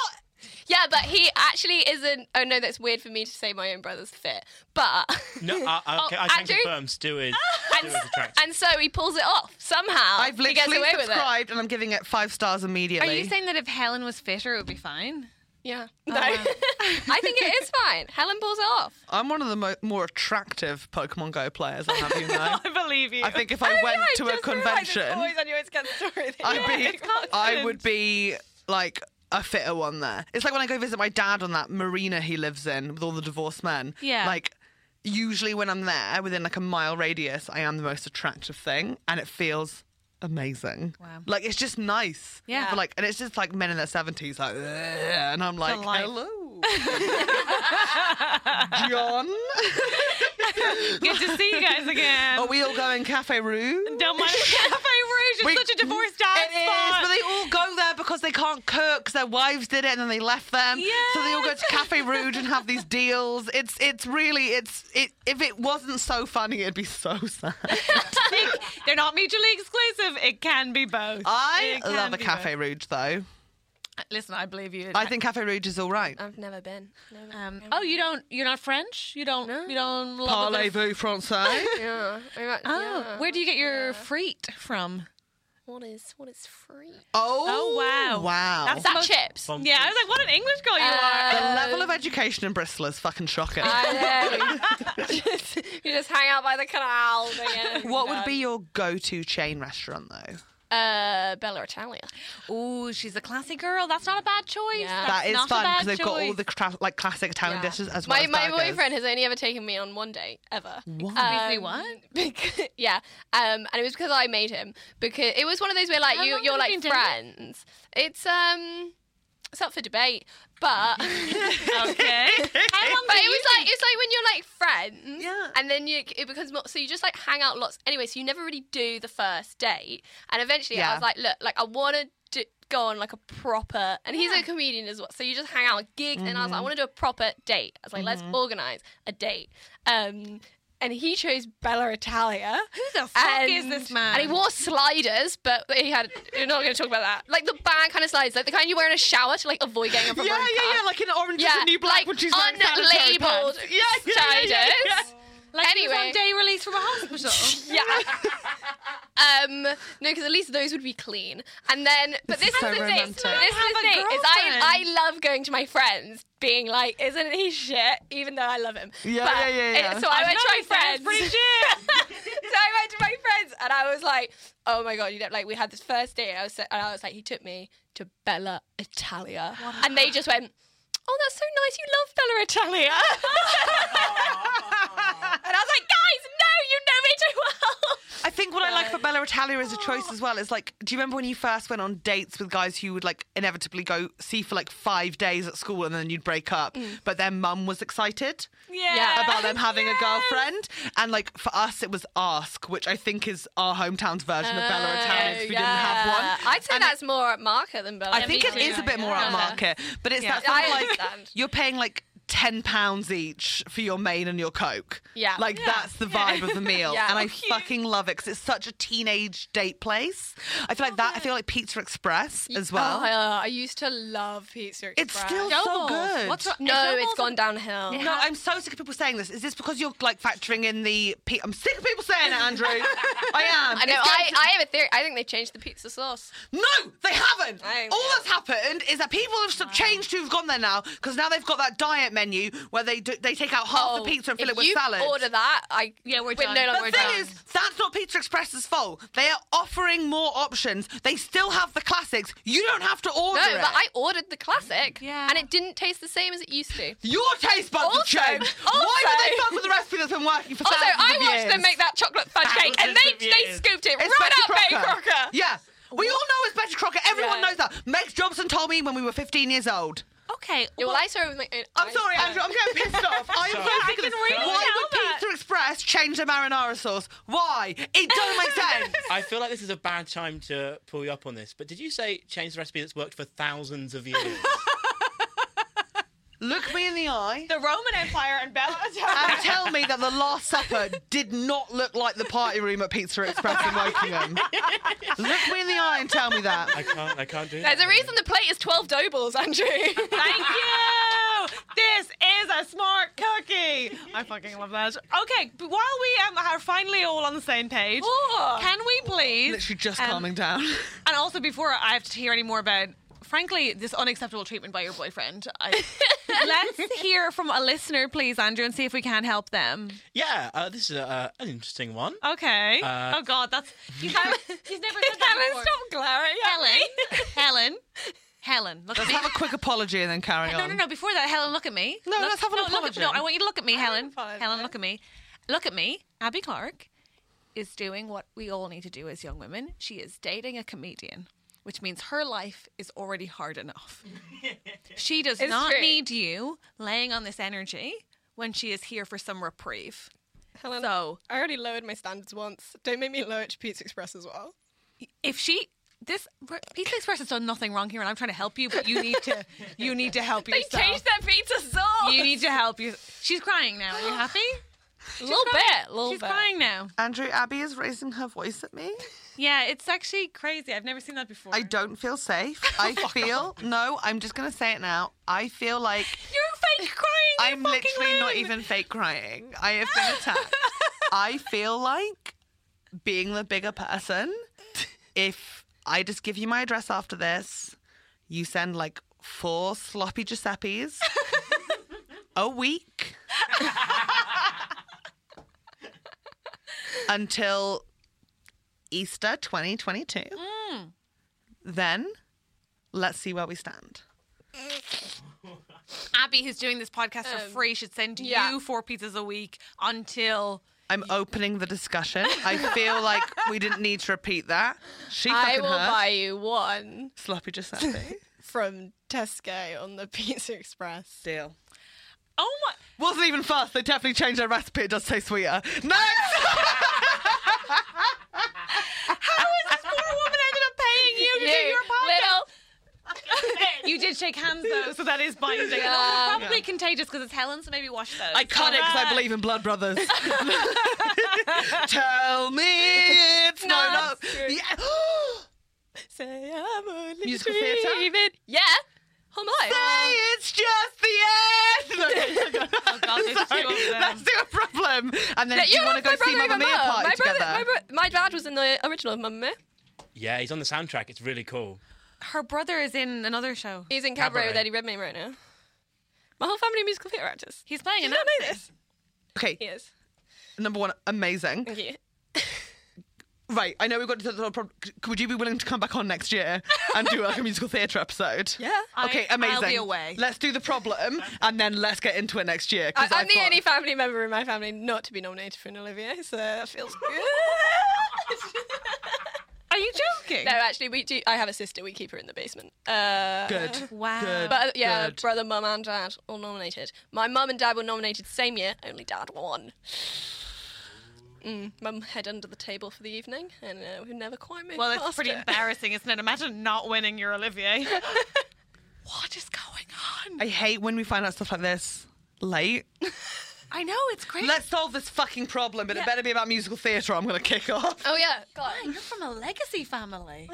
S5: Yeah, but he actually isn't. Oh no, that's weird for me to say my own brother's fit, but
S6: No, I, I,
S5: Oh,
S6: I can
S5: Andrew? Ah,
S6: confirm Stu is, Stu is attractive.
S5: and so he pulls it off somehow.
S4: I've
S5: he gets
S4: literally
S5: away with it.
S4: subscribed and I'm giving it five stars
S3: Are
S4: immediately.
S3: you saying that if Helen was fitter, it would be fine?
S5: Yeah,
S3: Oh,
S5: no, I think it is fine. Helen pulls it off.
S4: I'm one of the mo- more attractive Pokemon Go players, I'll have you know.
S3: believe you.
S4: I think if I, went to a convention,
S5: on your Instagram story.
S4: I'd be, I would be like a fitter one there. It's like when I go visit my dad on that marina he lives in with all the divorced men.
S3: Yeah.
S4: Like, usually when I'm there within like a mile radius, I am the most attractive thing and it feels amazing.
S3: Wow.
S4: Like it's just nice.
S3: Yeah.
S4: But, like and it's just like men in their seventies, like, "Ugh," and I'm like,
S3: life.
S4: hello, John.
S3: Good to see you guys again.
S4: Are we all going Cafe Rouge?
S3: Don't mind Cafe Rouge. It's
S4: We-
S3: such a divorce dad
S4: It is,
S3: spot.
S4: but they all go there because they can't cook because their wives did it and then they left them. So they all go to Cafe Rouge and have these deals. It's it's really it's it. If it wasn't so funny, it'd be so sad.
S3: Like, They're not mutually exclusive. It can be both.
S4: I
S3: It can
S4: love a
S3: be
S4: Cafe Rouge though.
S3: both. Listen, I believe you.
S4: I think Cafe Rouge is all right.
S3: Uh,
S5: I've never been. Never.
S3: Um, oh, you don't. You're not French. You don't. You don't love. a bit of-
S4: Parlez-vous français?
S5: yeah. I'm not-
S3: Oh,
S5: yeah.
S3: where do you get your frites from?
S5: What is what is free?
S4: Oh,
S3: Oh, wow.
S4: wow.
S3: That's
S5: That
S3: most-
S5: chips.
S4: Um,
S6: Bum-
S3: Yeah, I was like, what an English girl you
S4: the
S5: Uh,
S3: are.
S4: level of education in Bristol is fucking shocking.
S5: I know. just, you just hang out by the canal. they get
S4: what would
S5: done.
S4: be your go-to chain restaurant though?
S5: uh, Bella Italia?
S3: Ooh, she's a classy girl. That's not a bad choice.
S5: Yeah.
S3: That's
S4: that is
S3: not a
S4: fun
S3: bad
S4: because they've got all
S3: choice.
S4: the cra- like classic Italian
S5: Yeah.
S4: dishes as well.
S5: My
S4: as
S5: my
S4: burgers.
S5: boyfriend has only ever taken me on one date ever.
S4: What?
S3: Obviously what?
S5: Because, yeah, um, and it was because I made him because it was one of those where like
S3: How
S5: you
S3: long
S5: you're
S3: have you
S5: like
S3: been dating?
S5: friends. It's um, it's up for debate, but.
S3: Okay. How long
S5: But
S3: do
S5: it
S3: you
S5: was
S3: think-
S5: like it's like when you're like friends,
S4: Yeah.
S5: and then you it becomes more. So you just like hang out lots anyway. So you never really do the first date, and eventually I
S4: Yeah.
S5: was like, look, like I want to go on like a proper. And he's a comedian as well, so you just hang out and gigs. And I
S3: Mm-hmm.
S5: was like, I want to do a proper date. I was like, let's organize a date. Um, and he chose Bella Italia.
S3: Who the fuck is this man?
S5: And he wore sliders, but he had. We're not going to talk about that. Like the bad kind of sliders, like the kind you wear in a shower to like avoid getting a
S4: Yeah,
S5: proper.
S4: yeah, yeah. Like in Orange is
S5: Yeah,
S4: the New Black
S5: like
S4: when she's wearing sanitary
S5: unlabeled
S4: pads. Yeah, yeah, yeah, yeah, yeah.
S5: sliders.
S3: like he was
S5: anyway.
S3: on day release from a hospital.
S5: Yeah. um. No, because at least those would be clean. And then, but
S4: This
S5: this,
S4: is so
S5: is the thing.
S4: romantic.
S5: This is
S4: You
S3: have
S5: the
S3: a
S5: thing. Is I
S3: girlfriend.
S5: I love going to my friends, being like, "Isn't he shit?" Even though I love him.
S4: Yeah,
S5: But
S4: yeah, yeah,
S5: it-
S4: yeah.
S5: so I went to my
S3: That's
S5: friends.
S3: Pretty shit.
S5: so I went to my friends, and I was like, "Oh my god!" You know, like we had this first date, and I was and I was like, he took me to Bella Italia, and they just went. Oh, that's so nice. You love Bella Italia. and I was like, guys, no, you know me too well.
S4: I think what I like for Bella Italia as a choice as well is like, do you remember when you first went on dates with guys who you would like inevitably go see for like five days at school and then you'd break up, but their mum was excited
S3: Yeah.
S4: about them having
S3: Yes.
S4: a girlfriend, and like for us it was Ask, which I think is our hometown's version of Bella
S5: Oh,
S4: Italia because we didn't have one.
S5: I'd say
S4: And
S5: that's more at market than Bella.
S4: I think it
S5: Oh,
S4: is a bit more
S5: Yeah.
S4: upmarket, but it's
S3: Yeah.
S4: that thing
S5: I
S4: like
S5: understand.
S4: you're paying like ten pounds each for your main and your coke.
S5: Yeah.
S4: like
S5: Yeah.
S4: that's the vibe of the meal,
S5: Yeah.
S4: and I
S5: Oh,
S4: fucking love it because it's such a teenage date place. I feel like that. I feel like Pizza Express as well.
S5: Oh, yeah, I used to love Pizza Express.
S4: it's still so
S3: Doubles.
S4: good.
S3: What's wrong-
S5: no,
S3: Doubles
S5: it's gone
S3: are-
S5: downhill.
S4: no, I'm so sick of people saying this. Is this because you're like factoring in the? Pe- I'm sick of people saying it, Andrew. I am.
S5: I know.
S4: It's
S5: I,
S4: going to-
S5: I have a theory. I think they changed the pizza sauce.
S4: No, they haven't.
S5: I-
S4: All that's happened is that people have sort of changed who've gone there now because now they've got that diet menu where they do, they take out half the pizza and fill
S5: Oh, if
S4: it with
S5: you
S4: salad.
S5: Order that. I
S3: Yeah, we're done.
S5: no
S3: But
S5: longer
S4: the thing
S5: done.
S4: is, that's not Pizza Express's fault. They are offering more options. They still have the classics. You don't have to order
S5: no,
S4: it.
S5: but I ordered the classic,
S3: Yeah.
S5: and it didn't taste the same as it used to.
S4: Your taste buds have
S5: Also-
S4: changed. Why would they
S5: also-
S4: fuck with the recipe that's been working for
S5: Also,
S4: thousands
S5: I
S4: of
S5: watched
S4: years?
S5: them make that chocolate fudge cake, and
S6: Thousands
S5: they
S6: of
S5: they
S6: years.
S5: scooped it
S4: It's
S5: right
S4: Betty
S5: out, Betty
S4: Crocker.
S5: Crocker.
S4: Yeah. We all know it's Betty Crocker. Everyone
S5: Yeah.
S4: knows that. Meg Jobson told me when we were 15 years old.
S3: Okay.
S5: Yeah, well,
S3: well,
S5: I saw it with my uh, own
S4: I'm
S5: eyes.
S4: sorry, Andrew. I'm getting pissed off. I am
S6: Sorry.
S4: so sick of
S3: I
S4: this.
S3: can really
S4: Why
S3: tell
S4: would
S3: that.
S4: Pizza Express change their marinara sauce? Why? It doesn't make sense.
S6: I feel like this is a bad time to pull you up on this, but did you say change the recipe that's worked for thousands of years?
S4: Look me in the eye
S3: the Roman Empire and Bella Italia.
S4: and tell me that the Last Supper did not look like the party room at Pizza Express in Wokingham. Look me in the eye and tell me
S6: I
S4: that.
S6: can't. I can't do that.
S5: There's a reason the plate is 12 doughballs, Andrew.
S3: Thank you. This is a smart cookie. I fucking love that. Okay, but while we um, are finally all on the same page,
S5: Oh.
S3: can we please?
S4: Literally just
S3: um,
S4: calming down.
S3: And also, before I have to hear any more about, frankly, this unacceptable treatment by your boyfriend, I, let's hear from a listener, please, Andrew, and see if we can help them.
S6: Yeah, uh, this is uh, an interesting one.
S3: Okay.
S6: Uh,
S3: oh God, that's he's, never- he's never said that
S5: Helen,
S3: before.
S5: stop glaring at me.
S3: Helen, Helen, Helen. Look at
S4: Let's
S3: me.
S4: have a quick apology and then carry
S3: No,
S4: on.
S3: no, no. Before that, Helen, look at me.
S4: No,
S3: Look-
S4: let's have an
S3: no, look at-
S4: apology.
S3: no, I want you to look at me, Helen.
S5: apologize.
S3: Helen, look at me. Look at me. Abby Clark is doing what we all need to do as young women. She is dating a comedian, which means her life is already hard enough. she does
S5: It's
S3: not
S5: true.
S3: need you laying on this energy when she is here for some reprieve.
S5: Helen,
S3: So
S5: I already lowered my standards once. Don't make me lower it to Pizza Express as well.
S3: if she this Pizza Express has done nothing wrong here, and I'm trying to help you, but you need to you need to help
S5: They
S3: yourself.
S5: changed their pizza sauce.
S3: you need to help you. She's crying now. Are you happy?
S5: a little
S3: crying.
S5: bit, a little
S3: She's
S5: bit.
S3: crying now.
S4: Andrew Abbey is raising her voice at me.
S3: Yeah, it's actually crazy. I've never seen that before.
S4: I don't feel safe. I feel no. I'm just gonna say it now. I feel like
S3: You're fake crying. you
S4: I'm
S3: fucking
S4: literally not
S3: loon.
S4: even fake crying. I have been attacked. I feel like being the bigger person. If I just give you my address after this, you send like four sloppy Giuseppes a week until Easter 2022.
S3: Mm.
S4: Then let's see where we stand.
S3: Abby, who's doing this podcast for free, should send
S5: yeah.
S3: you four pizzas a week until.
S4: I'm opening the discussion. I feel like we didn't need to repeat that. She
S5: I
S4: fucking
S5: will
S4: hurt.
S5: buy you one
S4: sloppy Giuseppe.
S5: from Tesco on the Pizza Express.
S4: Deal.
S3: Oh my!
S4: Wasn't even fast. They definitely changed their recipe. It does taste sweeter. Next.
S3: This poor woman ended up paying you to do
S5: You
S3: your podcast.
S5: little
S3: You did shake hands though, so that is binding.
S5: Yeah.
S3: Probably contagious because it's Helen, so maybe wash those.
S4: I cut it because I believe in blood brothers. Tell me it's no,
S5: Not
S4: not.
S5: true.
S4: Yeah.
S5: say I'm only
S4: Musical theatre?
S5: dreaming. Yeah, Home Alive.
S4: Say it's just the end. Okay,
S3: Oh God, there's two of them.
S4: Let's do a problem. And then
S5: Yeah,
S4: do you
S5: yeah,
S4: want to go
S5: my
S4: see
S5: brother
S4: Mamma
S5: and my
S4: Mia
S5: mum.
S4: party
S5: my brother,
S4: together?
S5: My, bro- my dad was in the original Mamma Mia.
S1: Yeah, he's on the soundtrack. It's really cool.
S3: Her brother is in another show.
S5: He's in Cabaret, with
S1: Cabaret.
S5: Eddie Redmayne right now. My whole family are musical theatre actors.
S3: He's playing
S5: You
S3: in
S5: don't
S3: that.
S5: know this.
S4: okay,
S5: He is.
S4: number one, amazing.
S5: Thank you.
S4: Right, I know we've got to the problem. Would you be willing to come back on next year and do like a musical theatre episode?
S5: Yeah.
S3: I-
S4: Okay,
S3: I'll be
S4: amazing.
S3: away.
S4: Let's do the problem and then let's get into it next year.
S5: I,
S4: 'cause
S5: I'm
S4: I've
S5: the
S4: got-
S5: only family member in my family not to be nominated for an Olivier, so that feels good.
S3: Are you joking?
S5: no, actually, we do. I have a sister. We keep her in the basement. Uh,
S4: Good.
S3: Wow.
S4: Good.
S5: But uh, yeah,
S4: Good.
S5: brother, mum, and dad all nominated. My mum and dad were nominated same year. Only dad won. Mm, mum head under the table for the evening, and uh, we never quite moved.
S3: Well, it's oh,
S5: past
S3: pretty
S5: it.
S3: embarrassing, isn't it? Imagine not winning your Olivier. what is going on?
S4: I hate when we find out stuff like this late.
S3: I know it's crazy.
S4: Let's solve this fucking problem, but it better be about musical theatre or I'm going to kick off.
S5: Oh yeah, God.
S3: You're from a legacy family.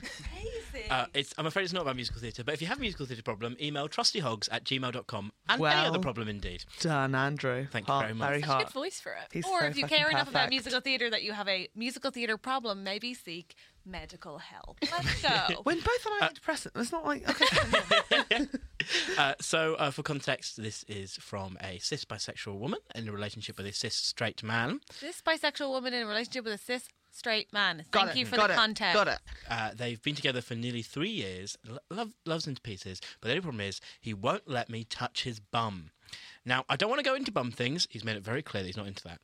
S3: Crazy.
S1: Uh, it's, I'm afraid it's not about musical theatre, but if you have a musical theatre problem, email trustyhogs at gmail.com and any
S4: Well-
S1: other problem indeed.
S4: Done, Andrew.
S1: Thank you
S4: Hot,
S1: very much.
S4: Very
S1: Such
S5: Good
S4: hot.
S5: voice for it.
S4: He's
S3: or
S4: so
S3: if you
S4: fucking
S3: care enough about
S4: perfect.
S3: musical theatre that you have a musical theatre problem, maybe seek medical help. Let's go.
S4: When both on antidepressant, it's not like. Okay.
S1: Uh, so, uh, for context, this is from a cis bisexual woman in a relationship with a cis straight man.
S3: this bisexual woman in a relationship with a cis straight man.
S4: Got
S3: Thank
S4: it.
S3: you for
S4: Got
S3: the
S4: it.
S3: context.
S4: Got it.
S1: Uh, they've been together for nearly three years. Lo- love loves him to pieces, but the only problem is he won't let me touch his bum. Now, I don't want to go into bum things. He's made it very clear that he's not into that.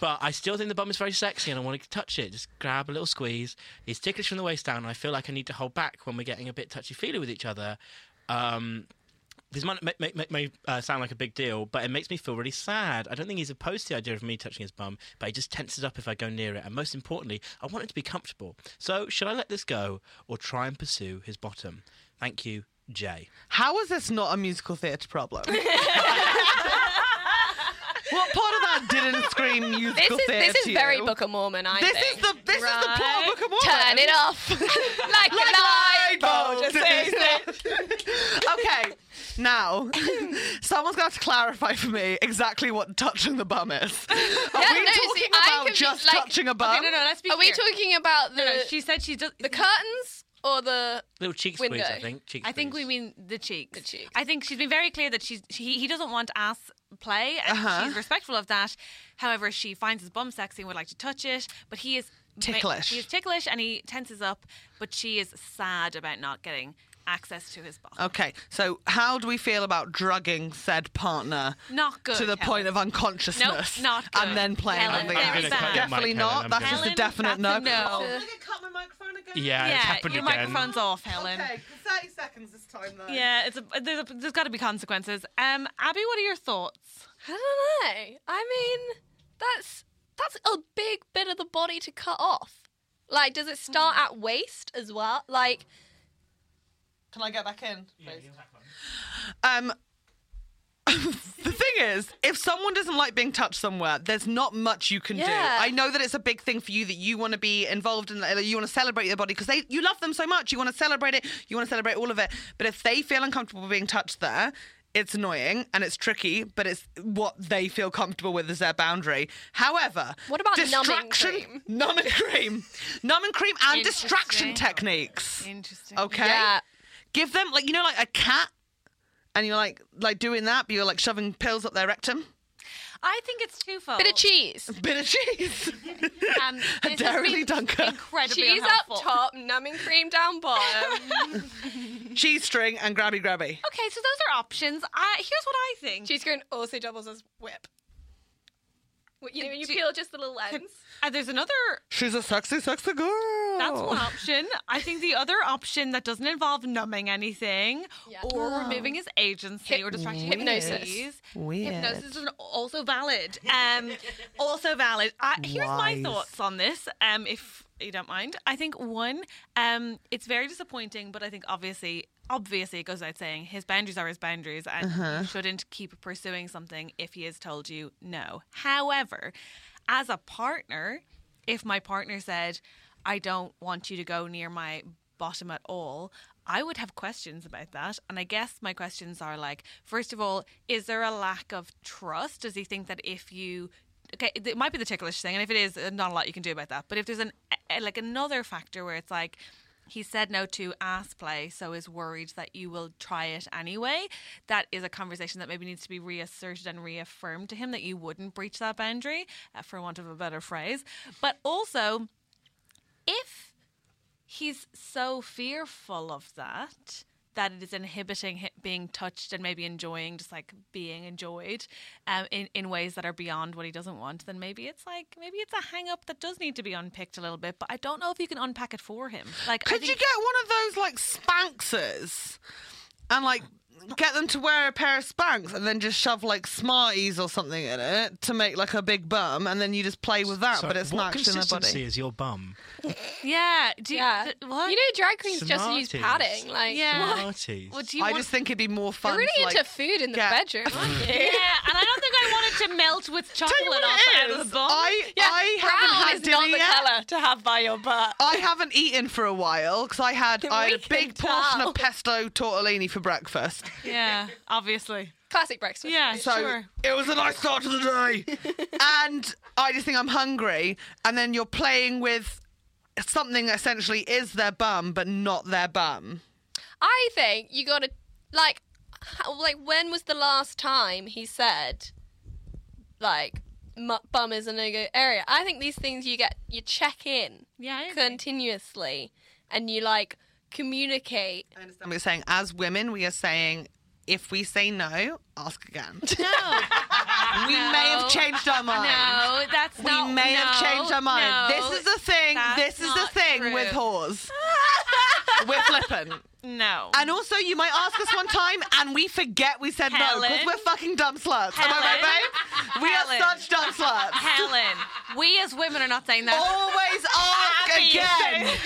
S1: But I still think the bum is very sexy and I want to touch it. Just grab a little squeeze. He's ticklish from the waist down. And I feel like I need to hold back when we're getting a bit touchy feely with each other. Um, this might may, may, may, may uh, sound like a big deal, but it makes me feel really sad. I don't think he's opposed to the idea of me touching his bum, but he just tenses up if I go near it. And most importantly, I want it to be comfortable. So, should I let this go or try and pursue his bottom? Thank you, Jay.
S4: How is this not a musical theatre problem? what part of that didn't scream
S5: This
S4: musical
S5: is
S4: theatre?
S5: this is
S4: to
S5: very
S4: you?
S5: Book of Mormon. I
S4: This
S5: think.
S4: is the this is the plot of Book of Mormon.
S5: Turn it off like,
S4: Like
S5: an eyeball. Just say it.
S4: okay, now someone's going to have to clarify for me exactly what touching the bum is. Are
S5: Yeah,
S4: we
S5: no, see,
S4: talking
S5: I'm
S4: about
S5: confused,
S4: just
S5: like-
S4: touching a bum?
S3: Okay, no, no, let's be
S5: Are we
S3: clear.
S5: talking about the
S3: No, she said she does
S5: the curtains or the?
S1: Little cheek squeeze, I
S5: Window.
S1: think. Cheek
S3: I think we
S1: squeeze.
S3: mean the cheeks.
S5: The cheeks.
S3: I think she's been very clear that she's she, he doesn't want ass play, and she's respectful of that. However, she finds his bum sexy and would like to touch it, but he is ma-
S4: Ticklish.
S3: He is ticklish, and he tenses up. But she is sad about not getting access to his body.
S4: Okay, so how do we feel about drugging said partner?
S3: Not good,
S4: To the
S3: Helen.
S4: point of unconsciousness.
S3: Nope, not good.
S4: And then playing
S3: Helen,
S4: on the
S3: very
S4: app.
S3: I'm gonna cut your
S4: Definitely
S6: mic,
S4: not.
S6: Helen, I'm
S4: that's
S6: gonna-
S4: just a
S3: Helen, that's
S4: definite
S3: a
S4: no.
S3: no.
S4: cut my microphone again?
S6: Yeah, it's
S3: yeah,
S6: happened
S3: your
S6: again.
S3: microphone's off, Helen.
S4: 30 seconds this time, though.
S3: Yeah, it's a, there's, a, there's got to be consequences. Um, Abby, what are your thoughts?
S5: I don't know. I mean, that's that's a big bit of the body to cut off. Like, does it start at waist as well? Like,
S4: Can I get back in? please? um, the thing is, if someone doesn't like being touched somewhere, there's not much you can
S5: Yeah.
S4: do. I know that it's a big thing for you that you want to be involved in, that, you want to celebrate their body because they you love them so much, you want to celebrate it, you want to celebrate all of it. But if they feel uncomfortable being touched there. It's annoying and it's tricky, but it's what they feel comfortable with is their boundary. However,
S5: What about numbing
S4: distraction,
S5: cream?
S4: Numbing cream, numbing cream, and distraction
S3: Interesting.
S4: techniques.
S3: Interesting.
S4: Okay.
S5: Yeah.
S4: Give them like you know like a cat, and you're like like doing that, but you're like shoving pills up their rectum.
S3: I think it's twofold.
S5: bit of cheese.
S4: Bit of cheese.
S3: Um, this has
S4: Dairy
S3: been
S4: Dunker.
S3: Incredibly
S5: Cheese
S3: unhelpful.
S5: up top, numbing cream down bottom.
S4: cheese string and grabby grabby.
S3: Okay, so those are options. I, here's what I think.
S5: cheese cream also doubles as whip. What- You know, when you
S3: Do-
S5: peel just the little ends.
S3: Uh, there's another.
S4: She's a sexy, sexy girl.
S3: That's one option. I think the other option that doesn't involve numbing anything
S5: Yeah.
S3: or removing his agency
S5: Hyp-
S3: or distracting
S5: hypnosis.
S4: Weird.
S3: Hypnosis is also valid. Um, also valid. I, here's my
S4: Wise.
S3: thoughts on this, um, if you don't mind. I think one, um, it's very disappointing, but I think obviously, obviously, it goes without saying, his boundaries are his boundaries, and
S4: Uh-huh.
S3: you shouldn't keep pursuing something if he has told you no. However, as a partner, if my partner said, "I don't want you to go near my bottom at all," I would have questions about that. And I guess my questions are like, first of all, is there a lack of trust? Does he think that if you okay, it might be the ticklish thing, and if it is, uh, not a lot you can do about that. But if there's an uh, like another factor where it's like he said no to ass play, so is worried that you will try it anyway. That is a conversation that maybe needs to be reasserted and reaffirmed to him that you wouldn't breach that boundary, uh, for want of a better phrase. But also, if he's so fearful of that that it is inhibiting hi- being touched and maybe enjoying just like being enjoyed um, in, in ways that are beyond what he doesn't want then maybe it's like maybe it's a hang up that does need to be unpicked a little bit but i don't know if you can unpack it for him like I
S4: Could
S3: think-
S4: you get one of those like Spanxes, and like get them to wear a pair of Spanx, and then just shove like Smarties or something in it to make like a big bum, and then you just play with that,
S6: Sorry,
S4: but it's
S6: what
S4: not actually in their
S6: consistency
S4: body.
S6: is your bum?
S3: yeah do you,
S5: Yeah.
S3: th- what
S5: You know, drag queens just use
S6: Smarties.
S5: padding. Like,
S3: Yeah.
S5: what?
S6: Smarties.
S3: Well, Uh, do you
S4: I
S3: want-
S4: just think it'd be more fun.
S5: You're really
S4: to, like,
S5: into food in the
S4: get-
S5: bedroom, aren't you?
S3: yeah and i don't think i wanted to melt with chocolate
S4: Tell you what
S3: off out
S4: it
S3: of
S4: is,
S3: the bum
S4: I, I haven't
S5: Brown
S4: had
S5: is
S4: dinner
S5: not the
S4: yet.
S5: colour to have by your butt.
S4: I haven't eaten for a while because I had I had
S5: We
S4: a big
S5: can
S4: portion
S5: tell.
S4: of pesto tortellini for breakfast.
S3: yeah obviously
S5: Classic breakfast.
S3: yeah
S4: So
S3: sure
S4: it was a nice start to the day. and I just think I'm hungry. And then you're playing with something that essentially is their bum, but not their bum.
S5: I think you gotta like, how, like when was the last time he said, like, mu bum is a no go area? I think these things you get you check in
S3: yeah I agree.
S5: continuously, and you like communicate.
S4: I understand what you're saying. As women, we are saying if we say no, ask again.
S3: no
S4: we may have changed our mind.
S3: No, that's
S4: We
S3: not.
S4: may have
S3: no,
S4: changed our mind.
S3: no,
S4: this is the thing.
S3: that's
S4: This is the
S3: not
S4: thing
S3: true.
S4: with whores. We're flippant.
S3: No.
S4: And also, you might ask us one time, and we forget we said no
S3: Helen.
S4: because we're fucking dumb sluts. Am I right, babe? We
S3: Helen.
S4: are such dumb sluts.
S3: Helen, we as women are not saying that.
S4: Always ask
S3: Abby.
S4: again.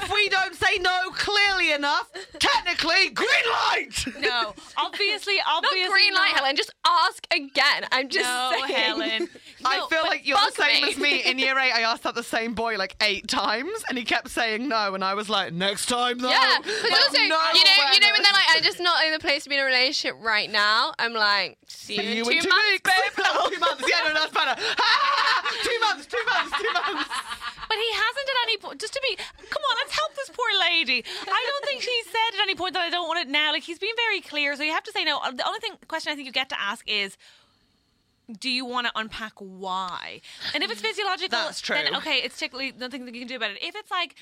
S4: if we don't say no clearly enough, technically, green light.
S3: No, obviously, obviously.
S5: Not green light,
S3: not.
S5: Helen. Just ask again. I'm just
S3: No,
S5: saying.
S3: Helen.
S4: I
S3: No,
S4: feel
S3: but
S4: like you're the
S5: bug
S4: same
S5: me.
S4: as me. In year eight, I asked that the same boy like eight times, and he kept saying no, and I was like, next time though.
S5: Yeah, but
S4: Like,
S5: also, you know,
S4: no
S5: you know when
S4: awareness.
S5: they're like, I'm just not in the place to be in a relationship right now. I'm like, see you,
S4: See
S5: in
S4: you
S5: two
S4: in two
S5: months,
S4: weeks.
S5: babe.
S4: Oh, two months. Yeah, no, that's better. Ah, two months, two months, two months.
S3: But he hasn't at any point. Just to be, come on, let's help this poor lady. I don't think she said at any point that I don't want it now. Like he's been very clear, so you have to say no. Uh, The only thing question I think you get to ask is. Do you want to unpack why? And if it's physiological,
S4: That's true.
S3: Then, okay, it's typically nothing that you can do about it. If it's like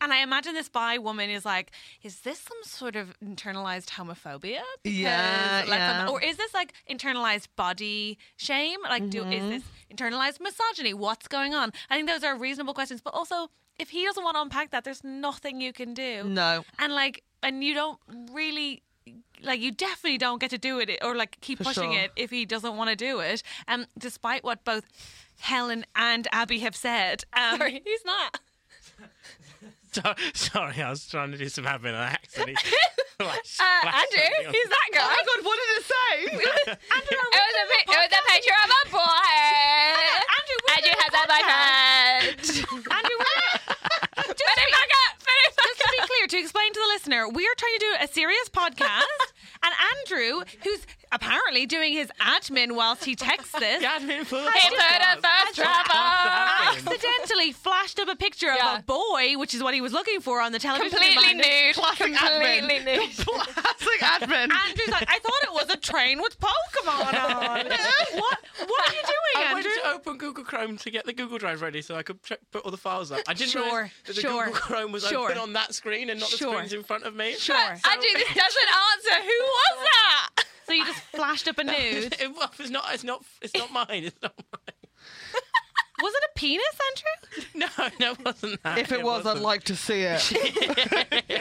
S3: And I imagine this bi woman is like, is this some sort of internalized homophobia? Because,
S4: Yeah,
S3: like,
S4: yeah.
S3: some- Or is this like internalized body shame? Like, do
S4: Mm-hmm.
S3: is this internalized misogyny? What's going on? I think those are reasonable questions. But also, if he doesn't want to unpack that, there's nothing you can do.
S4: No.
S3: And like, and you don't really. Like you definitely don't get to do it, or like keep
S4: For
S3: pushing
S4: sure.
S3: it if he doesn't want to do it. Um, despite what both Helen and Abby have said, um,
S5: Sorry, who's that?
S1: So, sorry, I was trying to do some admin and I accidentally.
S5: Uh, Andrew, who's that guy?
S4: Oh my god, what did it say?
S5: It was a, pi- it was a picture of a boy.
S3: Andrew, we're
S5: Andrew
S3: doing a
S5: has that by hand.
S3: Andrew, we're, just, to be,
S5: back up. Put it back
S3: just to be clear, to explain to the listener, we are trying to do a serious podcast, and Andrew, who's apparently doing his admin whilst he texts this,
S1: Admin for the
S5: Hey, photo first
S1: Podcast
S5: travel.
S1: admin.
S3: accidentally flashed up a picture
S5: Yeah.
S3: of a boy, which is what he was looking for on the television.
S5: Completely
S3: reminder.
S5: nude.
S4: Classic
S5: Completely
S4: admin.
S5: nude.
S4: Classic admin.
S3: Andrew's like, I thought it was a train with Pokemon on. what? What are you doing,
S1: I
S3: Andrew?
S1: wanted to open Google Chrome to get the Google Drive ready so I could check, put all the files up. I didn't
S3: Sure,
S1: realize that the
S3: sure,
S1: Google Chrome was
S3: sure.
S1: open on that screen and not the
S3: Sure.
S1: screens in front of me.
S3: Sure.
S5: Andrew, this doesn't answer. Who was that?
S3: uh, So you just flashed up a nude.
S1: It, well, it's not. It's not. It's not mine. It's not mine.
S3: Was it a penis, Andrew?
S1: No, no, it wasn't that.
S4: if it was, I'd
S1: wasn't.
S4: like to see it.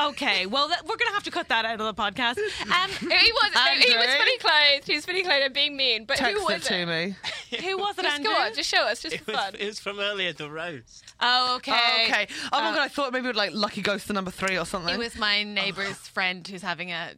S3: Okay, well, that, we're going to have to cut that out of the podcast. Um,
S5: He was, he was
S4: Andrew?
S5: fully clothed. He was fully clothed and being mean. But
S4: Text
S5: who was
S4: it to me.
S3: who was it,
S5: Just
S3: Andrew?
S5: go on, just show us, just
S1: It
S5: for
S1: was,
S5: fun.
S1: it was from earlier, the roast.
S3: Oh, okay.
S4: Oh, okay. Oh
S5: uh,
S4: my god, I thought maybe it would like Lucky Ghost the number three or something.
S3: It was my neighbor's friend who's having a.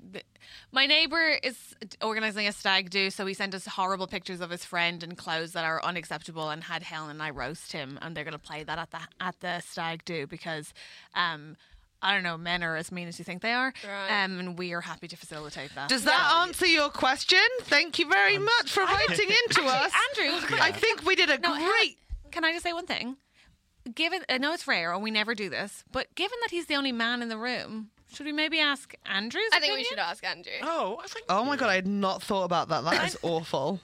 S3: My neighbor is organizing a stag do, so he sent us horrible pictures of his friend and clothes that are unacceptable, and had Helen and I roast him, and they're going to play that at the at the stag do because, um, I don't know, men are as mean as you think they are,
S5: Right.
S3: um, and we are happy to facilitate that.
S4: Does that answer your question? Thank you very much for writing into us.
S3: Andrew,
S4: I think we did a
S3: No,
S4: great.
S3: Hannah, Can I just say one thing? Given I know it's rare and we never do this, but given that he's the only man in the room, should we maybe ask Andrew's?
S5: I think we
S3: opinion?
S5: should ask Andrew.
S1: Oh, I think.
S4: Oh my god, I had not thought about that. That is awful.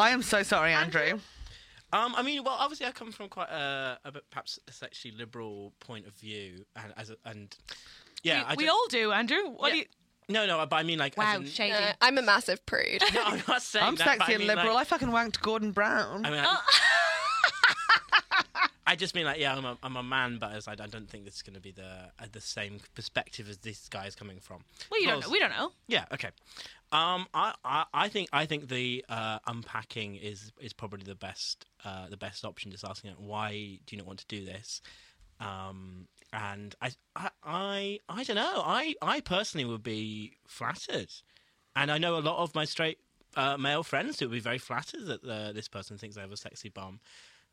S4: I am so sorry, Andrew.
S1: Um, I mean, well, obviously, I come from quite a, a bit perhaps a sexually liberal point of view, and as a, and yeah, I
S3: we, we
S1: just-
S3: all do, Andrew. What do
S1: Yeah.
S3: you?
S1: no, no, but I mean like
S3: Wow,
S1: as in, uh,
S3: shady.
S5: No, Uh, I'm a massive prude.
S1: No, I'm not saying
S4: I'm
S1: that,
S4: sexy
S1: but I
S4: and
S1: mean,
S4: liberal.
S1: Like,
S4: I fucking wanked Gordon Brown.
S1: I mean, I, Oh. I just mean like, yeah, I'm a, I'm a man, but as I, I don't think this is going to be the uh, the same perspective as this guy is coming from.
S3: well, you don't know.
S1: Because-
S3: We don't know.
S1: Yeah. Okay. Um, I, I, I think I think the uh, unpacking is is probably the best uh, the best option. Just asking it, why do you not want to do this? Um, and I, I I I don't know. I I personally would be flattered, and I know a lot of my straight uh, male friends who would be very flattered that uh, this person thinks I have a sexy bum.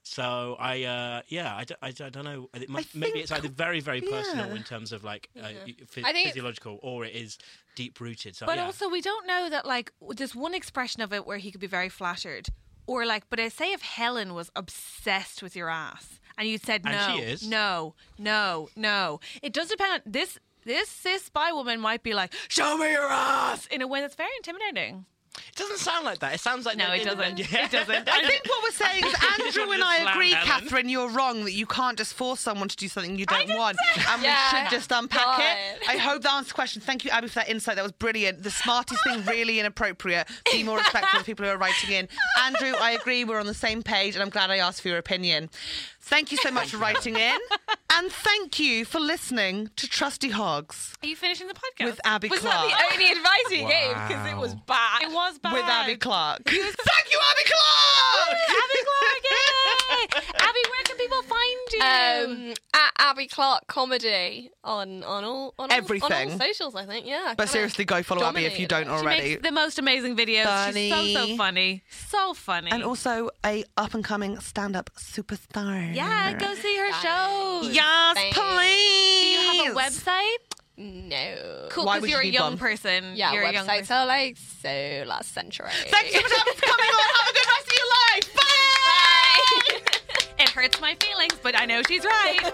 S1: So I, uh, yeah, I don't, I, don't- I don't know. It must, maybe it's either very, very personal in terms of like uh, phy-
S5: I think it's-
S1: physiological, or it is deep rooted. So
S3: But
S1: yeah.
S3: also, we don't know that like there's one expression of it where he could be very flattered, or like. But I say if Helen was obsessed with your ass and you said no,
S1: And she is.
S3: no, no, no, it does depend. This this cis spy woman might be like, show me your ass in a way that's very intimidating.
S1: It doesn't sound like that. It sounds like
S3: No,
S1: they-
S3: it
S1: they-
S3: doesn't.
S1: yeah.
S3: It doesn't.
S4: I think what we're saying is Andrew and I
S1: Just slam
S4: agree,
S1: Helen.
S4: Catherine, you're wrong that you can't just force someone to do something you don't want. And we
S5: Yeah.
S4: should just unpack it.
S5: God.
S4: I hope that answers the question. Thank you, Abby, for that insight. That was brilliant. The smartest thing, really inappropriate. Be more respectful of people who are writing in. Andrew, I agree. We're on the same page, and I'm glad I asked for your opinion. Thank you so much for writing in. And thank you for listening to Trusty Hogs
S3: Are you finishing the podcast
S4: with Abby
S5: Was
S4: Clark.
S5: that the only advice he gave? Because it was bad.
S3: It was bad.
S4: with Abby Clark. thank you, Abby Clark!
S3: Abby Clark, yay! Abby, where can people find you?
S5: Um, at Abby Clark comedy on on all on All, on
S4: Everything.
S5: all socials. I think. Yeah.
S4: But seriously, go follow Abby if you don't
S5: dominated
S3: she
S4: already.
S3: makes the most amazing videos. She's so so
S4: Funny.
S3: funny, so funny.
S4: and also a up and coming stand up superstar.
S3: yeah, go see her shows.
S4: Yes,
S5: Thanks.
S3: Do
S4: please.
S3: you have a website?
S5: No.
S3: Cool,
S4: Why
S3: because
S4: would
S3: you're
S4: you
S3: a
S4: need
S3: young
S4: one?
S3: person.
S5: Yeah,
S3: you're a young
S5: websites
S3: person.
S5: are like so last century.
S4: Thank you so much for coming on. Have a good rest of your life.
S5: Bye.
S3: It hurts my feelings, but I know she's right.